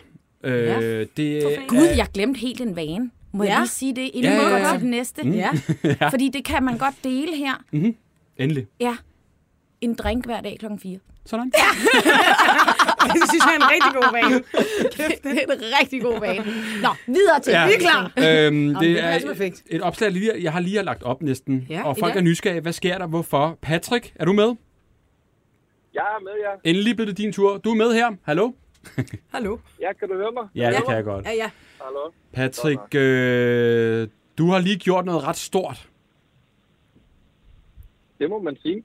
[SPEAKER 4] Øh,
[SPEAKER 5] Ja.
[SPEAKER 4] det,
[SPEAKER 5] Gud, jeg glemte helt en vane. Må ja. jeg
[SPEAKER 6] Ja.
[SPEAKER 5] lige sige det, inden
[SPEAKER 4] Ja,
[SPEAKER 5] ja,
[SPEAKER 4] ja,
[SPEAKER 5] vi
[SPEAKER 4] ja.
[SPEAKER 5] går til det næste?
[SPEAKER 6] Ja.
[SPEAKER 5] Ja. Fordi det kan man godt dele her.
[SPEAKER 4] Endelig.
[SPEAKER 5] Ja. En drink hver dag klokken 4.
[SPEAKER 4] Sådan.
[SPEAKER 6] Det synes jeg er en rigtig god vane.
[SPEAKER 5] Det er en rigtig god vane. Nå, videre til.
[SPEAKER 4] Ja.
[SPEAKER 5] Vi er klar.
[SPEAKER 4] Øhm, det,
[SPEAKER 6] det
[SPEAKER 4] er
[SPEAKER 6] passer perfekt.
[SPEAKER 4] et opslag, lige, jeg har lige har lagt op næsten.
[SPEAKER 6] Ja,
[SPEAKER 4] og
[SPEAKER 6] i
[SPEAKER 4] folk
[SPEAKER 6] dag.
[SPEAKER 4] er nysgerrige. Hvad sker der? Hvorfor? Patrick, er du med?
[SPEAKER 10] Jeg er med jer.
[SPEAKER 4] Endelig blev det din tur. Du er med her. Hallo?
[SPEAKER 6] Hallo.
[SPEAKER 10] Ja, kan du høre mig?
[SPEAKER 4] Ja, det kan jeg godt.
[SPEAKER 6] Ja, ja.
[SPEAKER 10] Hallo?
[SPEAKER 4] Patrick, øh, du har lige gjort noget ret stort.
[SPEAKER 10] Det må man sige.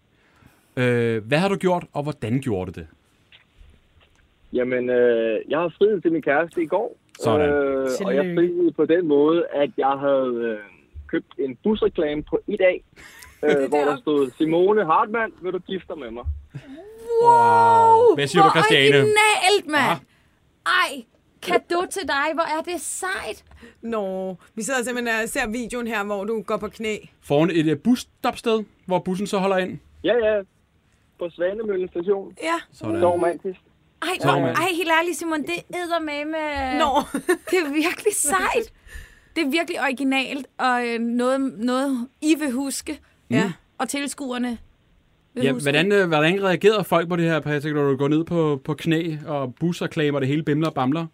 [SPEAKER 4] Øh, hvad har du gjort, og hvordan gjorde du det?
[SPEAKER 10] Jamen, øh, jeg har friet til min kæreste i går.
[SPEAKER 4] Sådan.
[SPEAKER 10] Øh, og jeg friede på den måde, at jeg havde øh, købt en busreklame på i dag, øh, hvor der stod, Simone Hartmann, vil du gifte dig med mig?
[SPEAKER 4] Wow. Hvad siger du,
[SPEAKER 5] Hvor
[SPEAKER 4] Christiane?
[SPEAKER 5] originalt, mand. Ej, kado til dig. Hvor er det sejt.
[SPEAKER 6] Nå, vi sidder simpelthen og ser videoen her, hvor du går på knæ.
[SPEAKER 4] Foran et øh, busstopsted, hvor bussen så holder ind.
[SPEAKER 10] Ja, ja. På Svanemøllen station.
[SPEAKER 6] Ja.
[SPEAKER 4] Sådan.
[SPEAKER 10] Så romantisk.
[SPEAKER 5] Ej,
[SPEAKER 4] Så,
[SPEAKER 5] hvor,
[SPEAKER 4] mand.
[SPEAKER 5] ej helt ærligt, Simon, det æder med med...
[SPEAKER 6] Nå.
[SPEAKER 5] Det er virkelig sejt. Det er virkelig originalt, og øh, noget, noget I vil huske.
[SPEAKER 6] Ja.
[SPEAKER 5] Og tilskuerne vil
[SPEAKER 4] Mm. Ja,
[SPEAKER 5] huske.
[SPEAKER 4] hvordan, øh, hvordan reagerer folk på det her, Patrick, når du går ned på, på knæ og busreklamer, det hele bimler og bamler?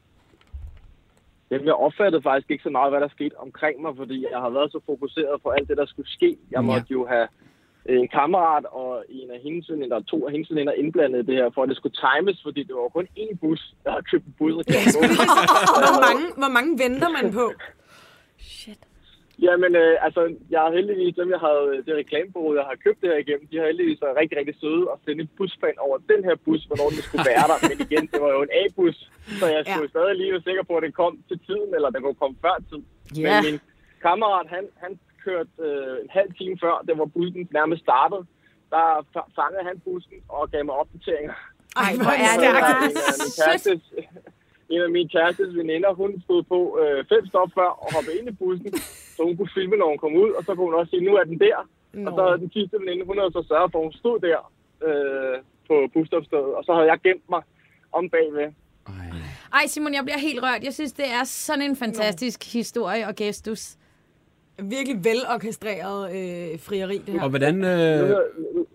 [SPEAKER 10] Jamen, jeg opfattede faktisk ikke så meget, hvad der skete omkring mig, fordi jeg har været så fokuseret på alt det, der skulle ske. Jeg måtte jo have en kammerat og en af hendes veninder, og to af hendes veninder indblandet i det her, for at det skulle times, fordi det var kun én bus, der havde købt en bus.
[SPEAKER 6] Hvor mange, hvor mange venter man på?
[SPEAKER 10] Jamen, øh, altså, jeg har heldigvis, dem jeg havde, det reklamebureau, jeg har købt det her igennem, de har heldigvis været rigtig, rigtig søde og sende en busplan over den her bus, hvornår den skulle være der. Men igen, det var jo en A-bus, så jeg skulle ja. stadig lige være sikker på, at den kom til tiden, eller den kunne komme før tid. Yeah. Men min kammerat, han, han kørte øh, en halv time før, det var bussen nærmest startet. Der fa- fangede han bussen og gav mig opdateringer.
[SPEAKER 6] Ej, hvor
[SPEAKER 5] er det
[SPEAKER 10] Og
[SPEAKER 5] bare
[SPEAKER 10] en af min kærestes, en af mine kærestes veninder, hun stod på øh, fem stop før og hoppede ind i bussen, så hun kunne filme, når hun kom ud, og så kunne hun også sige, nu er den der. Nå. Og så havde den sidste veninde, hun havde så sørget for, at hun stod der øh, på busstopstedet, og så havde jeg gemt mig om bagved.
[SPEAKER 4] Ej.
[SPEAKER 5] Ej, Simon, jeg bliver helt rørt. Jeg synes, det er sådan en fantastisk historie og gestus.
[SPEAKER 6] Virkelig velorkestreret øh, frieri, det her.
[SPEAKER 4] Og hvordan...
[SPEAKER 10] Nu
[SPEAKER 4] Øh,
[SPEAKER 10] hedder- nu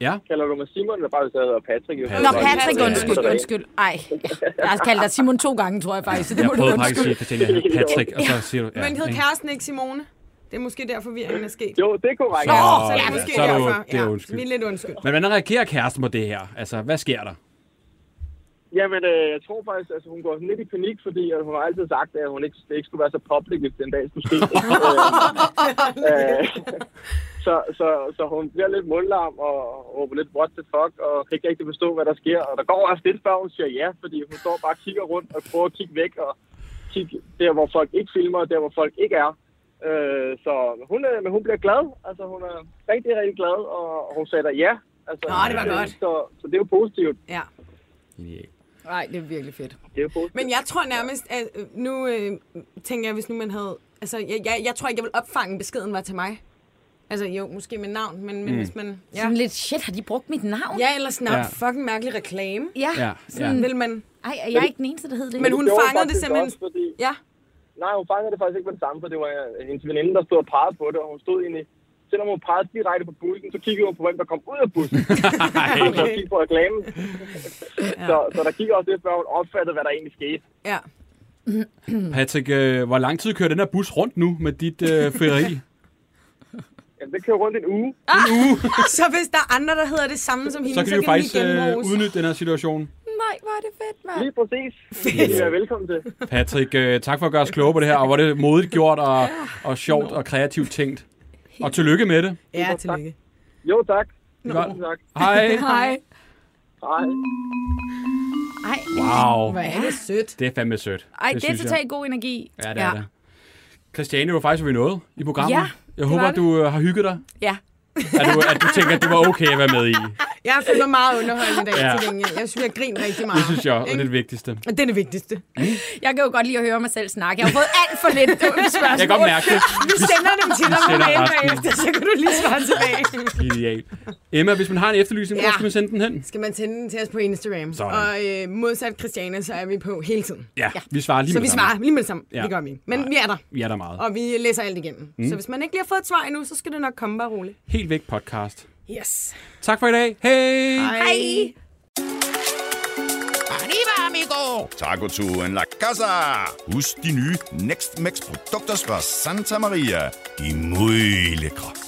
[SPEAKER 4] ja,
[SPEAKER 10] kalder du mig Simon, eller bare hvis jeg hedder Patrick? jo.
[SPEAKER 5] Nå,
[SPEAKER 4] Patrick.
[SPEAKER 5] Patrick,
[SPEAKER 4] Ja,
[SPEAKER 5] undskyld, undskyld. Ej, jeg har kaldt dig Simon to gange, tror jeg faktisk, så det
[SPEAKER 4] jeg
[SPEAKER 5] må du
[SPEAKER 4] prøvede faktisk at
[SPEAKER 5] undskylde.
[SPEAKER 4] sige, Christiane, jeg hedder Patrick, og så siger du... Ja,
[SPEAKER 6] Men hed
[SPEAKER 4] ikke?
[SPEAKER 6] kæresten ikke Simone? Det er måske der forvirringen er sket.
[SPEAKER 10] Jo, det er korrekt.
[SPEAKER 4] Nå.
[SPEAKER 6] så er
[SPEAKER 4] ja,
[SPEAKER 6] det måske
[SPEAKER 4] så er du-
[SPEAKER 6] derfor.
[SPEAKER 4] det er
[SPEAKER 6] Ja,
[SPEAKER 4] undskyld.
[SPEAKER 6] Vi er lidt undskyld.
[SPEAKER 4] Men hvordan reagerer kæresten på det her? Altså, hvad sker der?
[SPEAKER 10] Jamen, øh, jeg tror faktisk, altså, hun går sådan lidt i panik, fordi at hun har altid sagt, at hun ikke, ikke skulle være så public, hvis den dag skulle ske. Øh, øh, så, så, så hun bliver lidt mundlarm og råber lidt what the fuck, og kan ikke rigtig forstå, hvad der sker. Og der går også lidt, før hun siger ja, fordi hun står bare og kigger rundt og prøver at kigge væk og kigge der, hvor folk ikke filmer, og der, hvor folk ikke er.
[SPEAKER 9] Øh, så hun, er, men hun bliver glad. Altså, hun er rigtig, rigtig glad, og hun sætter ja. Altså,
[SPEAKER 6] Nå, det
[SPEAKER 10] øh,
[SPEAKER 6] var godt.
[SPEAKER 9] Så, så det er jo positivt.
[SPEAKER 6] Ja.
[SPEAKER 4] Genialt.
[SPEAKER 11] Nej, det er virkelig fedt.
[SPEAKER 9] Det er jo positivt.
[SPEAKER 6] Men jeg tror nærmest, at øh, nu øh, tænker jeg, hvis nu man havde... Altså, jeg, jeg, jeg tror ikke, jeg ville opfange beskeden var til mig. Altså, jo, måske med navn, men, men hvis man...
[SPEAKER 11] Ja.
[SPEAKER 6] Ja,
[SPEAKER 11] Sådan lidt, shit, har de brugt mit navn?
[SPEAKER 6] ja eller snart
[SPEAKER 4] Mm. Ja.
[SPEAKER 6] ja. fucking mærkelig reklame.
[SPEAKER 11] ja.
[SPEAKER 4] Ja, ja.
[SPEAKER 11] Sådan,
[SPEAKER 6] Vil man...
[SPEAKER 11] Ej, er jeg ikke den eneste, der hed det?
[SPEAKER 6] Men hun
[SPEAKER 9] gjorde hun
[SPEAKER 6] fangede det
[SPEAKER 9] faktisk
[SPEAKER 6] simpelthen...
[SPEAKER 9] Også, fordi,
[SPEAKER 6] Ja,
[SPEAKER 9] nej, hun fangede det faktisk ikke med det samme, for det var øh, hendes veninde, der stod og pegede på det, og hun stod egentlig... Selvom hun pegede direkte på bussen, så kiggede hun på, hvem der kom ud af bussen. Hun så kiggede på reklamen. så, så der gik også lidt, før hun opfattede, hvad der egentlig skete.
[SPEAKER 6] ja.
[SPEAKER 4] Patrick, øh, hvor lang tid kører den her bus rundt nu med dit øh, frieri?
[SPEAKER 9] Jamen, det kører rundt en uge.
[SPEAKER 6] Ah. Så hvis der er andre, der hedder det samme som hende,
[SPEAKER 4] så kan de jo faktisk øh,
[SPEAKER 6] genbruges.
[SPEAKER 4] udnytte den her situation.
[SPEAKER 5] Nej, hvor er det fedt, mand.
[SPEAKER 9] Lige præcis. Det er velkommen til.
[SPEAKER 4] Patrick, øh, tak for at gøre os kloge på det her, og hvor det modigt gjort og, og sjovt og kreativt tænkt. Og tillykke med det.
[SPEAKER 6] Ja, tillykke.
[SPEAKER 9] Jo, tak.
[SPEAKER 4] Godt.
[SPEAKER 9] Tak.
[SPEAKER 4] Hej.
[SPEAKER 5] Hej.
[SPEAKER 9] Hej.
[SPEAKER 11] Ej,
[SPEAKER 4] Wow,
[SPEAKER 11] hvor er det sødt.
[SPEAKER 4] det er fandme sødt.
[SPEAKER 5] Ej, det, det er
[SPEAKER 4] synes jeg.
[SPEAKER 5] totalt god energi.
[SPEAKER 4] Ja, det er
[SPEAKER 6] Ja.
[SPEAKER 4] det. Christiane, det var faktisk, hvad vi nåede i programmet.
[SPEAKER 5] Ja,
[SPEAKER 4] jeg håber,
[SPEAKER 5] var det.
[SPEAKER 4] du øh, har hygget dig.
[SPEAKER 5] Ja.
[SPEAKER 4] At du, at du tænker, at det var okay at være med i.
[SPEAKER 6] Jeg føler mig meget underholdende i dag,
[SPEAKER 4] Ja.
[SPEAKER 6] ja. til gengæld. Jeg synes, jeg griner rigtig meget.
[SPEAKER 4] Det synes jeg og det er det vigtigste.
[SPEAKER 6] Og det er det vigtigste.
[SPEAKER 5] Jeg kan jo godt lide at høre mig selv snakke. Jeg har fået alt for lidt dumme spørgsmål.
[SPEAKER 4] Jeg kan godt mærke det.
[SPEAKER 6] Vi sender dem til dig
[SPEAKER 4] Vi
[SPEAKER 6] med
[SPEAKER 4] sender
[SPEAKER 6] mail
[SPEAKER 4] resten.
[SPEAKER 6] bagefter, så kan du lige svare tilbage.
[SPEAKER 4] Ideal. Emma, hvis man har en efterlysning, hvor
[SPEAKER 6] Ja.
[SPEAKER 4] skal man sende den hen?
[SPEAKER 6] Skal man sende den til os på Instagram?
[SPEAKER 4] Sådan.
[SPEAKER 6] Og øh, modsat Christiane, så er vi på hele tiden.
[SPEAKER 4] Ja, vi svarer lige
[SPEAKER 6] så
[SPEAKER 4] med
[SPEAKER 6] vi
[SPEAKER 4] det
[SPEAKER 6] svarer lige med det samme.
[SPEAKER 4] Ja.
[SPEAKER 6] Ja. Det gør vi. Men vi er der,
[SPEAKER 4] samme. Vi er der meget.
[SPEAKER 6] og vi læser alt igennem. Mm. Så hvis man ikke lige har fået et svar endnu, så skal det nok komme bare roligt.
[SPEAKER 4] Helt væk podcast.
[SPEAKER 6] Yes.
[SPEAKER 4] Tak for i dag. Hej!
[SPEAKER 6] Hej.
[SPEAKER 1] Taco-turen La Casa. Husk de nye Next Max produkter fra Santa Maria. De er muy lækre. Mm.